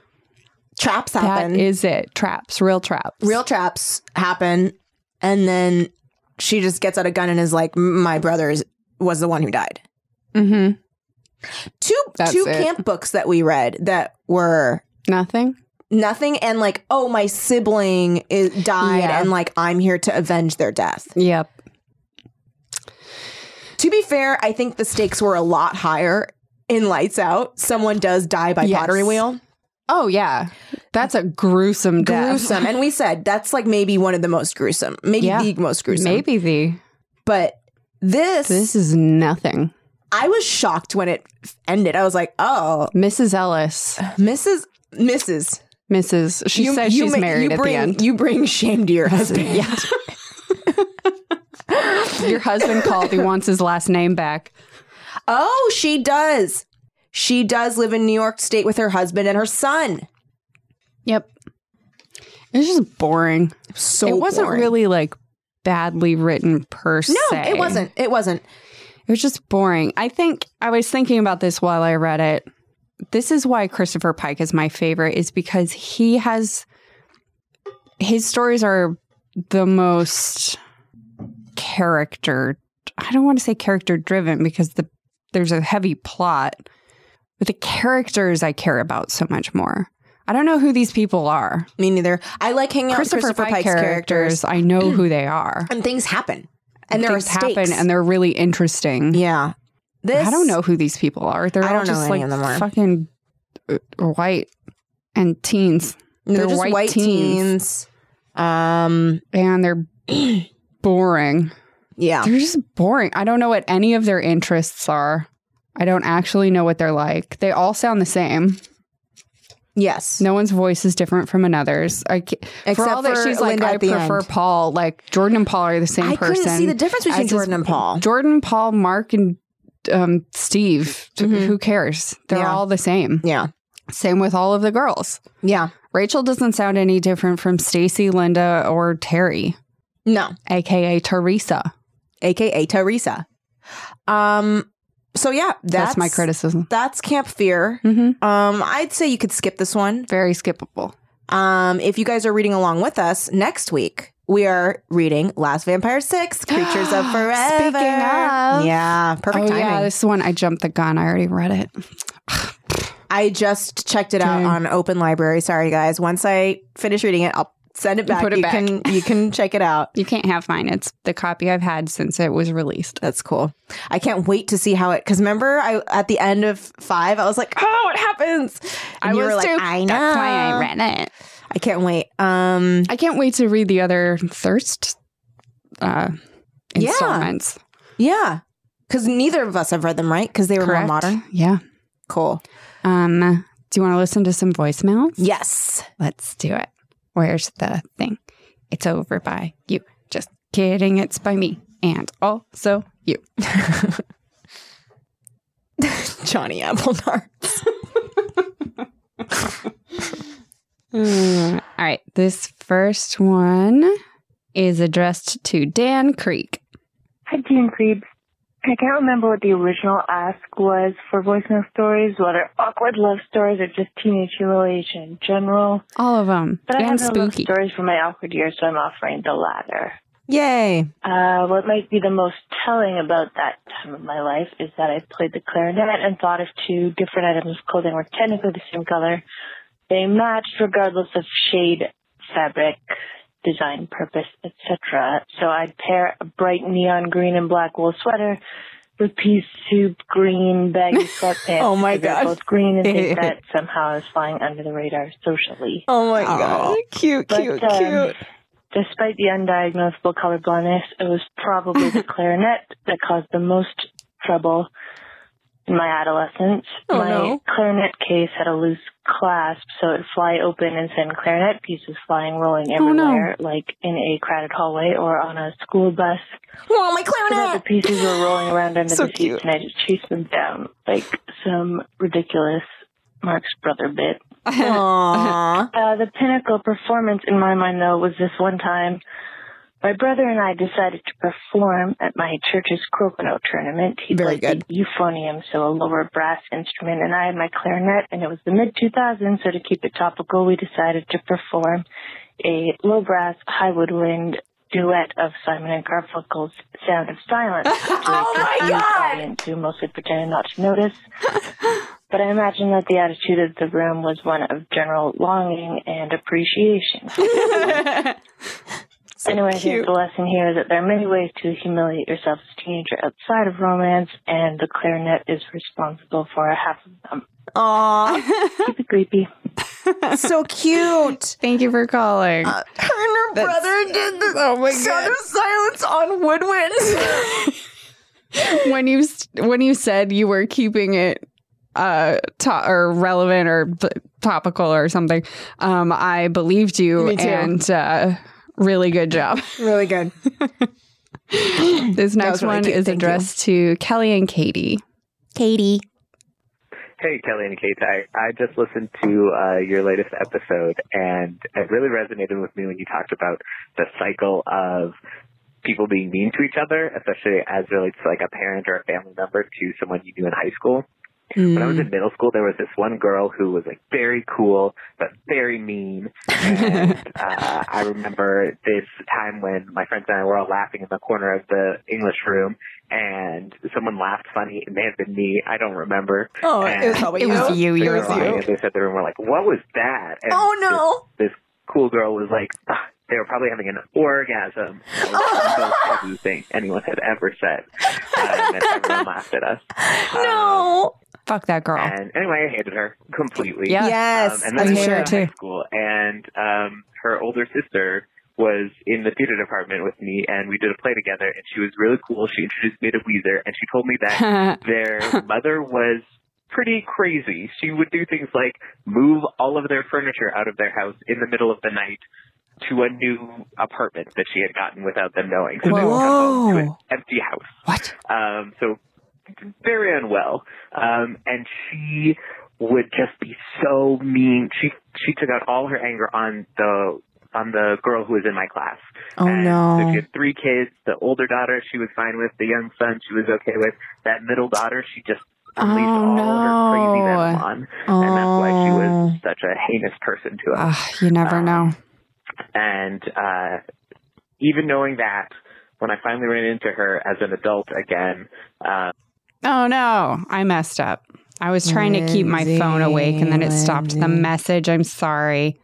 A: traps happen.
C: That is it. Traps, real traps.
A: real traps happen and then she just gets out a gun and is like my brother is, was the one who died
C: Mm-hmm.
A: two
C: That's
A: two
C: it.
A: camp books that we read that were
C: Nothing.
A: nothing and like oh my sibling is, died
C: Yeah.
A: and like i'm here to avenge their death
C: Yep.
A: to be fair i think the stakes were a lot higher in lights out someone does die by
C: Yes.
A: pottery wheel
C: Oh yeah, that's a gruesome death.
A: gruesome and we said that's like maybe one of the most gruesome maybe
C: Yeah.
A: the most gruesome
C: Maybe the
A: but this,
C: this is nothing.
A: i was shocked when it ended i was like oh
C: Mrs. Ellis,
A: Mrs. Mrs.
C: Mrs. She
A: you-
C: says
A: you
C: she's
A: ma-
C: married
A: you
C: at
A: bring,
C: the end.
A: You bring shame to your
C: *laughs*
A: husband. *laughs* Yeah.
C: Your husband called. He wants his last name back.
A: *laughs* Oh, she does. She does live in New York State with her husband and her son.
C: Yep. It's just boring.
A: So
C: it wasn't
A: boring.
C: really like badly written per se.
A: No, it wasn't. It wasn't.
C: It was just boring. I think I was thinking about this while I read it. This is why Christopher Pike is my favorite, is because he has his stories are the most character. I don't want to say character driven because the there's a heavy plot, but the characters I care about so much more. I don't know who these people are.
A: Me neither. I like hanging out
C: Christopher,
A: with Christopher
C: Pike
A: Pike's characters.
C: characters, I know who they are.
A: *clears throat* and things happen. And there are
C: Things
A: stakes.
C: happen, and they're really interesting.
A: yeah. This
C: I don't know who these people are. They're
A: I
C: all
A: don't know
C: just
A: any
C: like
A: of them are.
C: fucking uh, white and teens,
A: They're,
C: they're
A: just
C: white
A: white,
C: teens.
A: teens. Um *clears throat*
C: and they're boring.
A: yeah.
C: They're just boring. I don't know what any of their interests are. I don't actually know what they're like. They all sound the same.
A: Yes.
C: No one's voice is different from another's. I ca- for
A: Except
C: all that
A: for
C: she's
A: Linda
C: like, I
A: at the
C: prefer
A: end.
C: Paul. Like Jordan and Paul are the same
A: I
C: person.
A: couldn't see the difference
C: I
A: between
C: just-
A: Jordan and Paul.
C: Jordan, Paul, Mark, and um, Steve. T-
A: Mhm.
C: Who cares? They're
A: Yeah.
C: all the same.
A: Yeah.
C: Same with all of the girls.
A: Yeah.
C: Rachel doesn't sound any different from Stacy, Linda, or Terry,
A: No.
C: aka Teresa.
A: aka Teresa. Um so yeah,
C: That's,
A: that's,
C: my criticism.
A: That's Camp Fear.
C: hmm
A: Um I'd say you could skip this one.
C: Very skippable.
A: Um if you guys are reading along with us next week, we are reading Last Vampire 6: Creatures of Forever.
C: *gasps* Speaking of-
A: Yeah, Uh, perfect
C: oh
A: timing.
C: yeah, this is one I jumped the gun. I already read it.
A: I just checked it out
C: Dang.
A: on Open Library. Sorry guys. Once I finish reading it, I'll send it back.
C: Put it
A: you
C: back.
A: can you
C: *laughs*
A: can check it out.
C: You can't have mine. It's the copy I've had since it was released.
A: That's cool. I can't wait to see how it. Because remember, I at the end of five, I was like, "Oh, it happens!" And you were like, "I know."
C: That's why I read it.
A: I can't wait. Um,
C: I can't wait to read the other thirst uh,
A: Yeah.
C: installments.
A: yeah, because neither of us have read them, right? Because they were
C: Correct?
A: more modern.
C: Yeah.
A: Cool.
C: Um, do you want to listen to some voicemails?
A: Yes.
C: Let's do it. Where's the thing? It's over by you. Just kidding. It's by me and also you.
A: *laughs* Johnny Applenar.
C: Mm, *laughs* all right. This first one is addressed to Dan Creek.
B: Hi, Gene Creeps. I can't remember what the original ask was for voicemail stories, whether awkward love stories or just teenage humiliation in general.
C: All of
A: Um,
C: them.
B: But I
C: and
B: have no love
C: spooky.
B: stories from my awkward years, so I'm offering the latter.
A: Yay.
B: Uh, what might be the most telling about that time of my life is that I played the clarinet and thought if two different items of clothing were technically the same color, they matched regardless of shade, fabric, design, purpose, etc. So I'd pair a bright neon green and black wool sweater with pea soup
A: *laughs*
B: green baggy sweatpants.
A: Oh my
B: because they're
A: gosh.
B: Both green and
A: *laughs*
B: think that somehow is flying under the radar socially.
A: *laughs* Oh my God. Cute,
B: But,
A: cute,
B: um,
A: cute.
B: Despite the undiagnosable color blindness, it was
A: *laughs*
B: probably the clarinet that caused the most trouble in my adolescence.
A: Oh,
B: my
A: no.
B: clarinet case had a loose clasp, so it'd fly open and send clarinet pieces flying, rolling
A: Oh, no.
B: everywhere, like in a crowded hallway or on a school bus.
A: Oh, my
B: So that the
A: clarinet.
B: pieces were rolling around under
A: So
B: the seats, and I just chased them down like some ridiculous Mark's brother bit. Uh, the pinnacle performance in my mind, though, was this one time my brother and I decided to perform at my church's crokinole tournament. He
A: Very
B: played the euphonium, so a lower brass instrument, and I had my clarinet, and it was the mid 2000s, so to keep it topical, we decided to perform a low brass, high woodwind duet of Simon and Garfunkel's Sound of *laughs* Silence. oh my God! Audience who mostly pretended not to *laughs* notice. But I imagine that the attitude of the room was one of general longing and *laughs* appreciation. anyway, I think
A: cute.
B: the lesson here is that there are many ways to humiliate yourself as a teenager outside of romance, and the clarinet is responsible for half of them.
A: Aw.
B: Keep it creepy.
A: *laughs* so cute. Uh,
C: Thank you for calling.
A: Her and her brother did the sound of silence on woodwind.
C: when you s- when you said you were keeping it uh to- or relevant or b- topical or something, um, I believed you
A: Me too.
C: and uh, really good
A: *laughs*
C: job.
A: *laughs* really good.
C: This
A: That
C: next
A: was really
C: one
A: cute.
C: is
A: Thank you.
C: addressed to Kelly and Katie. Katie.
I: Hey, Kelly and Kate. I, I just listened to uh, your latest episode, and it really resonated with me when you talked about the cycle of people being mean to each other, especially as relates to like a parent or a family member to someone you knew in high school. When I was
A: Mm.
I: in middle school, there was this one girl who was like very cool but very mean.
A: *laughs*
I: And uh, I remember this time when my friends and I were all laughing in the corner of the English room, and someone laughed funny. It may have been me. I don't remember.
A: Oh, it was
I: And
A: probably
I: they
A: you.
I: were
A: It was you, you
I: laughing,
A: were you.
I: and They said they were like, "What was that?" And
A: Oh, no.
I: This, this cool girl was like. "Ugh, They were probably having an orgasm. It was
A: *laughs*
I: the most funny thing anyone had ever said. Um, and everyone laughed at us. Um,
A: No.
C: Fuck that girl.
I: And anyway, I hated her completely.
C: Yeah.
A: Yes,
I: Um, and then
C: I'm
I: I
C: sure
I: went to
C: too.
I: high school, and um, her older sister was in the theater department with me, and we did a play together. And she was really cool. She introduced me to Weezer, and she told me
C: *laughs*
I: that their mother was pretty crazy. She would do things like move all of their furniture out of their house in the middle of the night to a new apartment that she had gotten without them knowing. So they would come home to an empty house.
C: What?
I: Um, so very unwell. Um, and she would just be so mean. She she took out all her anger on the on the girl who was in my class.
A: Oh
I: and So she
A: no.
I: had three kids. The older daughter she was fine with. The young son she was okay with. That middle daughter she just unleashed all
A: Oh,
I: her crazy venom on.
C: Oh,
I: And that's why she was such a heinous person to us Um,
C: Ugh, Ah, you never know.
I: and uh, even knowing that, when I finally ran into her as an adult again, uh,
C: Oh no, I messed up. I was trying to keep my phone awake and then it stopped the message. I'm sorry.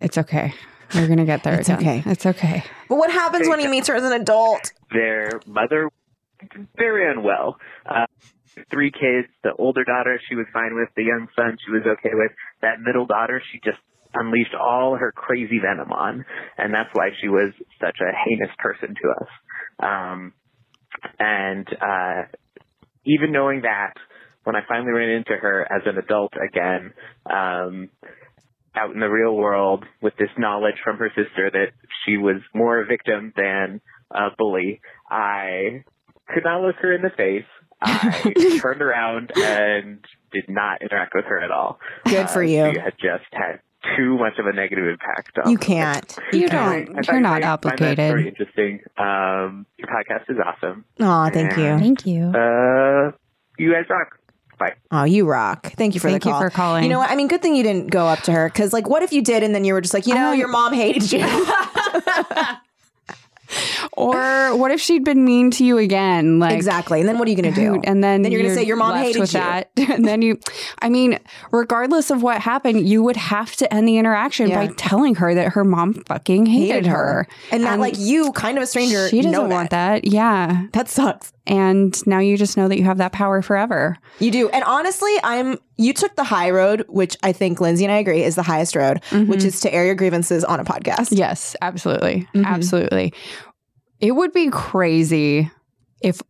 C: It's okay. We're gonna get there.
A: It's
C: again.
A: okay.
C: It's okay.
A: But what happens when he meets her as an adult?
I: their mother very unwell. Uh, three kids. The older daughter she was fine with. The young son she was okay with. That middle daughter she just unleashed all her crazy venom on, and that's why she was such a heinous person to us. Um, and uh, even knowing that, when I finally ran into her as an adult again, um, out in the real world with this knowledge from her sister that she was more a victim than a bully, I could not look her in the face.
A: *laughs*
I: I turned around and did not interact with her at all. Uh,
A: Good for you.
I: She had just had too much of a negative impact on
A: You can't.
C: You
I: Anyway,
C: don't.
I: I thought
C: You're
I: you
C: not
I: might find that Very
C: obligated.
I: interesting. Um, your podcast is awesome.
A: Aw, thank you.
I: And,
A: Thank you.
I: Uh, you guys rock. Bye.
A: Oh, you rock. Thank you for
C: Thank
A: the
C: you
A: call.
C: for calling.
A: You know what? I mean, good thing you didn't go up to her because, like, what if you did and then you were just like, you know, your mom hated
C: *laughs*
A: you.
C: Or what if she'd been mean to you again? Like
A: exactly. And then what are you going to do?
C: And then,
A: Then you're gonna say your mom
C: left
A: hated
C: with
A: you.
C: That. *laughs* And then you, I mean, regardless of what happened, you would have to end the interaction by
A: Yeah.
C: telling her that her mom fucking hated,
A: Hated her.
C: her.
A: And that, like, you, kind of a stranger,
C: She doesn't
A: know
C: want that. Yeah,
A: that sucks.
C: And now you just know that you have that power forever.
A: You do. And honestly, I'm you took the high road, which I think Lindsay and I agree is the highest road,
C: Mm-hmm.
A: which is to air your grievances on a podcast. Mm-hmm.
C: Yes, absolutely. Absolutely. It would be crazy if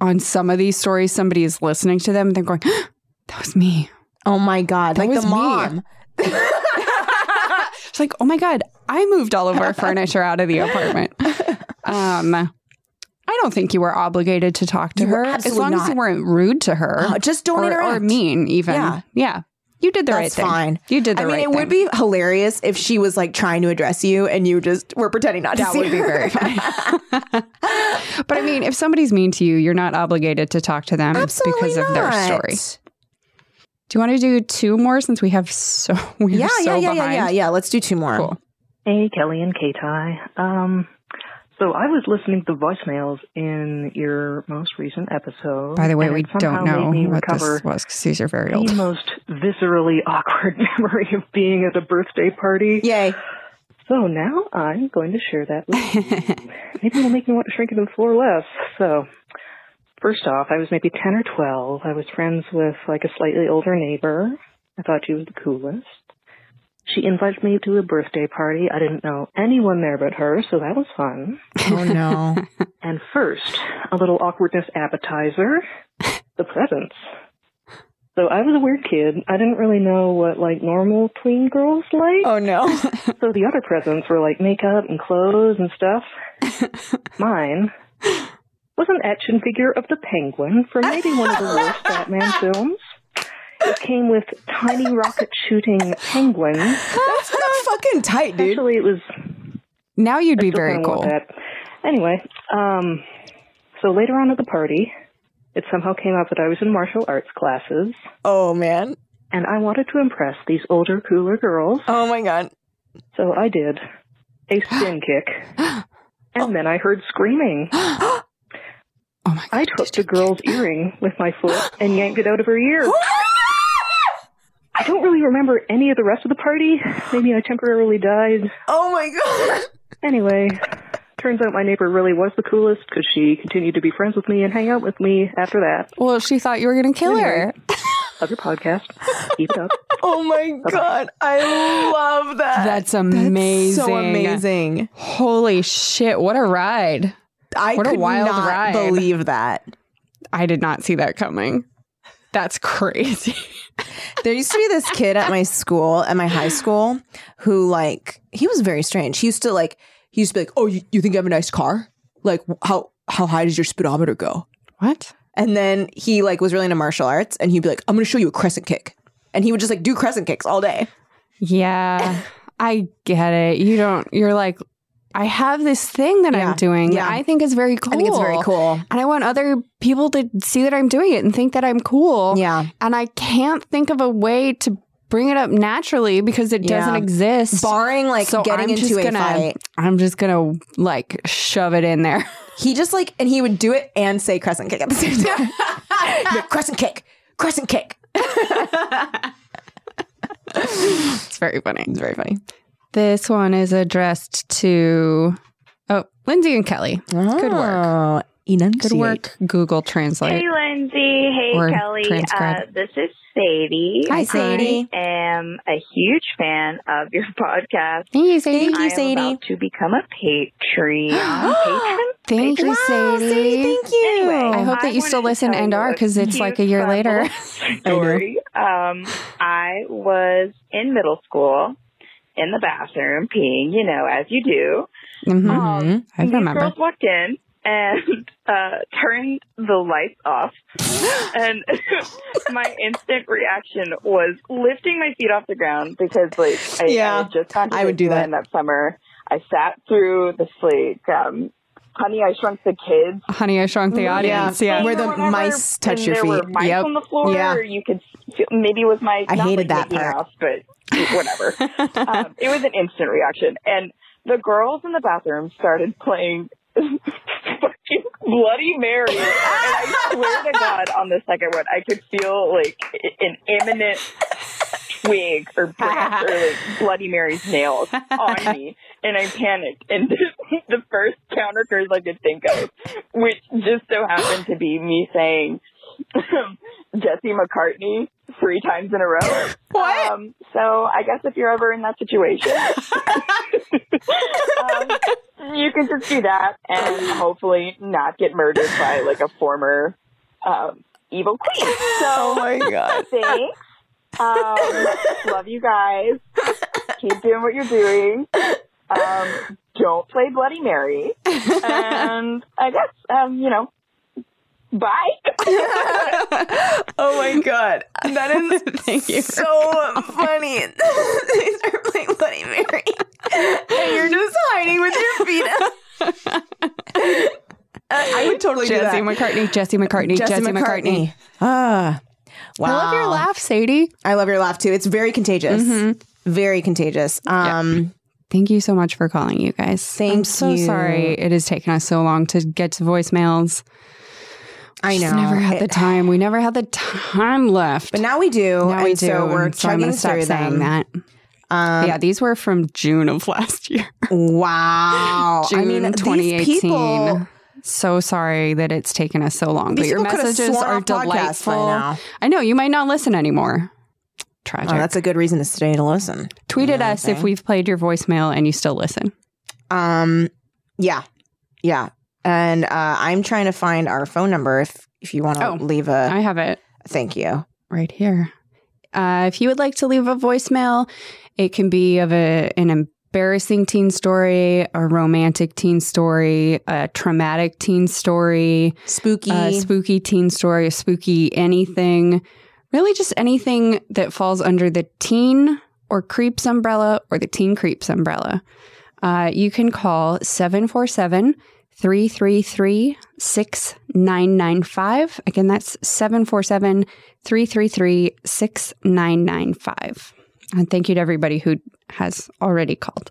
C: on some of these stories somebody is listening to them and they're going, *gasps* that was me.
A: Oh my God.
C: That
A: like
C: was
A: the
C: me.
A: mom.
C: *laughs* It's like, oh my God, I moved all of our furniture out of
A: *laughs*
C: the apartment. Um, I don't think you were obligated to talk to
A: You were
C: her as
A: absolutely
C: long as you
A: not.
C: weren't rude to her.
A: Uh, just don't
C: or, or
A: interact.
C: mean, even.
A: Yeah.
C: Yeah. You did the right
A: That's
C: thing.
A: fine.
C: You did the
A: I mean,
C: right
A: it would
C: thing.
A: be hilarious if she was like trying to address you and you just were pretending not
C: That
A: to see
C: would be
A: her. *laughs*
C: very funny. But I mean, if somebody's mean to you, you're not obligated to talk to them
A: Absolutely
C: because of their
A: not.
C: story. Do you want to do two more since we have so *laughs* we
A: yeah,
C: are so
A: yeah, yeah, yeah,
C: behind?
A: yeah, yeah. Let's do two more.
J: Hey, Kelly and Kate. Hi. Um, so I was listening to voicemails in your most recent episode.
C: By the way,
J: and
C: we
J: it somehow
C: don't know
J: made me
C: what
J: recover
C: this was because these are very old.
J: the most viscerally awkward *laughs* memory of being at a birthday party.
A: Yay.
J: So now I'm going to share that with you. maybe it'll make me want to shrink it to the floor less. So first off, I was maybe 10 or 12. I was friends with like a slightly older neighbor. I thought she was the coolest. She invited me to a birthday party. I didn't know anyone there but her, so that was fun.
A: *laughs* Oh no.
J: *laughs* And first, a little awkwardness appetizer, the presents. So I was a weird kid. I didn't really know what like normal tween girls like.
A: Oh no.
J: *laughs* so the other presents were like makeup and clothes and stuff.
A: *laughs*
J: Mine was an action figure of the penguin from maybe one of the worst Batman films. It came with tiny rocket shooting penguins.
A: That's kind of fucking tight, dude.
J: Actually, it was
C: Now you'd be
J: still
C: very
J: kinda
C: cool.
J: want that. Anyway, um, so later on at the party, it somehow came up that I was in martial arts classes.
A: Oh man.
J: And I wanted to impress these older, cooler girls.
A: Oh my god.
J: So I did a
A: *gasps*
J: spin kick. And then I heard screaming. oh
C: my god.
J: I took the girl's earring with my
A: *gasps*
J: foot and yanked it out of her
A: Oh
J: ear. I don't really remember any of the rest of the party. Maybe I temporarily died.
A: Oh my god.
J: Anyway, turns out my neighbor really was the coolest because she continued to be friends with me and hang out with me after that.
A: Oh.
C: Well, she thought you were going to kill her.
J: Love your podcast. Keep it up.
A: *laughs* Oh my god. I love that.
C: That's amazing.
A: so amazing.
C: Holy shit. What a ride.
A: I
C: what
A: could
C: a wild
A: not
C: ride.
A: believe that.
C: I did not see that coming. That's *laughs* crazy.
A: There used to be this kid at my school, at my high school, who like he was very strange. He used to like he used to be like, "Oh, you, you think I have a nice car? Like wh- how how high does your speedometer go?"
C: What?
A: And then he like was really into martial arts, and he'd be like, "I'm going to show you a crescent kick," and he would just like do crescent kicks all day. *laughs*
C: Yeah, I get it. You don't, you're like, I have this thing that
A: Yeah,
C: I'm doing
A: yeah.
C: that I think is very cool.
A: I think it's very cool.
C: And I want other people to see that I'm doing it and think that I'm cool.
A: Yeah.
C: And I can't think of a way to bring it up naturally because it doesn't
A: Yeah.
C: exist.
A: Barring like
C: So
A: getting
C: I'm
A: into
C: just
A: a
C: gonna-
A: fight,
C: I'm just going to like shove it in there. *laughs*
A: he just like and he would do it and say crescent kick at the same *laughs* time. Yeah, crescent kick, crescent kick.
C: It's very funny.
A: It's very funny.
C: This one is addressed to, oh, Lindsay and Kelly. Good work.
A: Enunciate.
C: Good work, Google Translate.
K: Hey, Lindsay. Hey,
C: Or
K: Kelly. Uh,
C: transcribe.
K: this is Sadie.
C: Hi, Sadie.
K: I am a huge fan of your *laughs* podcast.
C: Thank you, Sadie. Thank you,
K: I am
C: Sadie.
K: about to become a Patreon
C: *gasps*
K: patron.
C: Thank you, Sadie.
A: Thank you.
C: I hope that you still listen and are because it's like a year later. *laughs*
K: story. Um, I was in middle school in the bathroom peeing, you know, as you do.
C: Mhm. I
K: These
C: remember.
K: girls walked in and *laughs* uh, turned the lights
A: *gasps*
K: off. and *laughs* my instant reaction was lifting my feet off the ground because, like, I,
A: Yeah,
K: I had just gone to
A: I would do that.
K: Disneyland that summer. I sat through this like, um, Honey, I Shrunk the Kids
C: Honey, I Shrunk the
K: Mm-hmm.
C: Audience. Yeah,
K: Where the mice
C: touch your
K: there Were
C: feet.
K: mice
C: Yep.
K: on the floor.
C: Yeah.
K: Or you could feel, maybe it was my.
C: I
K: not
C: hated
K: like
C: that
K: Mickey
C: part.
K: Mouse, but whatever.
C: *laughs*
K: um, it was an instant reaction, and the girls in the bathroom started playing. *laughs* fucking Bloody Mary, and I swear to God, on the second one, I could feel like an imminent twig or
C: *laughs*
K: branch or like Bloody Mary's nails on me, and I panicked. And *laughs* the first counter curse I could think of, which just so happened to be me saying um, Jesse McCartney three times in a row. What? Um, so I guess if you're ever in that situation, um, you can just do that and hopefully not get murdered by like a former um, evil queen. So, oh
A: my God.
K: Thanks. Um, love you guys. Keep doing what you're doing. Um, don't play Bloody Mary. And I guess, um, you know, bye.
A: oh my god, that *laughs* is so funny. *laughs* These are playing Bloody Mary, and you're just hiding with your feet up. *laughs* Uh, I would totally
C: Jesse
A: do that.
C: McCartney, Jesse McCartney, Jesse, McCartney.
A: Ah, wow.
C: I love your laugh, Sadie.
A: I love your laugh too. It's very contagious.
C: Mhm.
A: Very contagious. Um,
C: Thank you so much for calling, you guys. I'm so
A: you.
C: sorry it has taken us so long to get to voicemails.
A: I
C: Just
A: know.
C: never had the time. We never had the time left. But
A: now we do.
C: Now we
A: and
C: do.
A: so we're
C: and so I'm
A: chugging
C: gonna stop
A: through
C: saying
A: them. Um,
C: that. yeah, these were from June of *laughs* last year.
A: Wow.
C: June
A: I mean, these
C: 2018.
A: people-
C: so sorry that it's taken us so long, but
A: These
C: your
A: people could have
C: messages
A: sworn
C: are
A: off podcasts by
C: delightful.
A: now.
C: I know you might not listen anymore. Tragic.
A: Oh, that's a good reason to stay to listen.
C: Tweet at us if
A: okay.
C: we've played your voicemail and you still listen.
A: Um, yeah, yeah. And uh, I'm trying to find our phone number if if you want to leave a. I
C: Oh, have it.
A: Thank you.
C: right here. Uh, if you would like to leave a voicemail, it can be of a, an embarrassing teen story, a romantic teen story, a traumatic teen story,
A: spooky,
C: a spooky teen story, a spooky anything. Really, just anything that falls under the teen or creeps umbrella or the teen creeps umbrella. Uh, you can call 747 333 6995. Again, that's 747 333 6995. And thank you to everybody who has already called.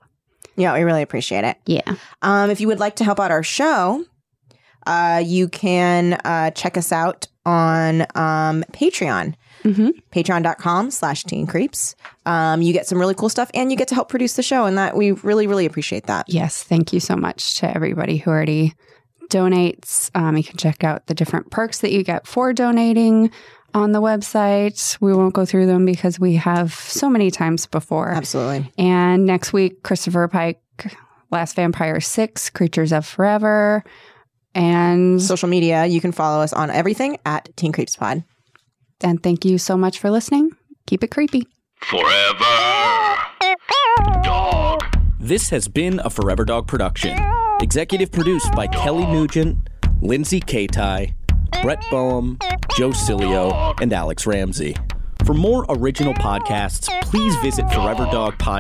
A: Yeah, we really appreciate it.
C: Yeah.
A: Um, if you would like to help out our show, uh, you can uh, check us out on um, Patreon.
C: Mm-hmm.
A: Patreon.com slash teen creeps. Um, you get some really cool stuff and you get to help produce the show. And that we really, really appreciate that.
C: Yes, thank you so much to everybody who already donates. Um, you can check out the different perks that you get for donating on the website. We won't go through them because we have so many times before.
A: Absolutely.
C: And next week, Christopher Pike, Last Vampire 6, Creatures of Forever, and
A: social media. You can follow us on everything at Teen Creeps Pod.
C: And thank you so much for listening. Keep it creepy.
L: Forever. Dog.
M: This has been a Forever Dog production. Executive produced by Kelly Nugent, Lindsay Katai, Brett Boehm, Joe Cilio, and Alex Ramsey. For more original podcasts, please visit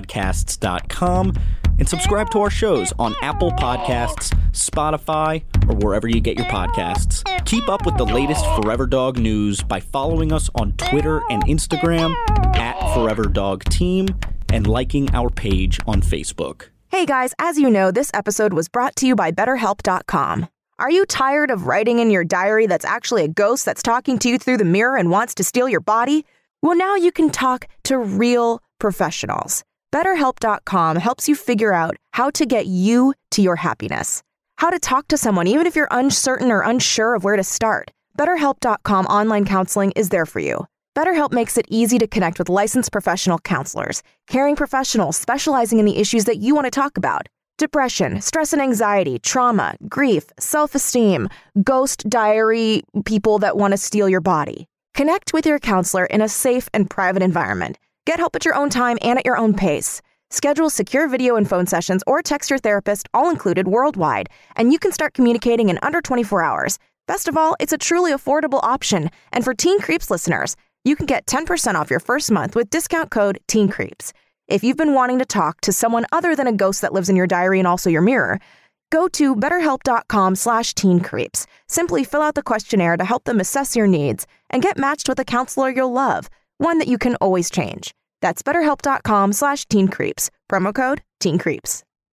M: foreverdogpodcasts.com and subscribe to our shows on Apple Podcasts, Spotify, or wherever you get your podcasts. Keep up with the latest Forever Dog news by following us on Twitter and Instagram at Forever Dog Team and liking our page on Facebook.
E: Hey guys, as you know, this episode was brought to you by BetterHelp.com. Are you tired of writing in your diary that's actually a ghost that's talking to you through the mirror and wants to steal your body? Well, now you can talk to real professionals. BetterHelp.com helps you figure out how to get you to your happiness, how to talk to someone even if you're uncertain or unsure of where to start. BetterHelp.com online counseling is there for you. BetterHelp makes it easy to connect with licensed professional counselors, caring professionals specializing in the issues that you want to talk about depression, stress and anxiety, trauma, grief, self esteem, ghost diary people that want to steal your body. Connect with your counselor in a safe and private environment. Get help at your own time and at your own pace.
A: Schedule secure video and phone sessions or text your therapist, all included worldwide, and you can start communicating in under 24 hours. Best of all, it's a truly affordable option. And for Teen Creeps listeners, you can get 10% off your first month with discount code Teen Creeps. If you've been wanting to talk to someone other than a ghost that lives in your diary and also your mirror, go to betterhelp.com slash teencreeps. Simply fill out the questionnaire to help them assess your needs and get matched with a counselor you'll love, one that you can always change. That's betterhelp.com slash teencreeps. Promo code teencreeps.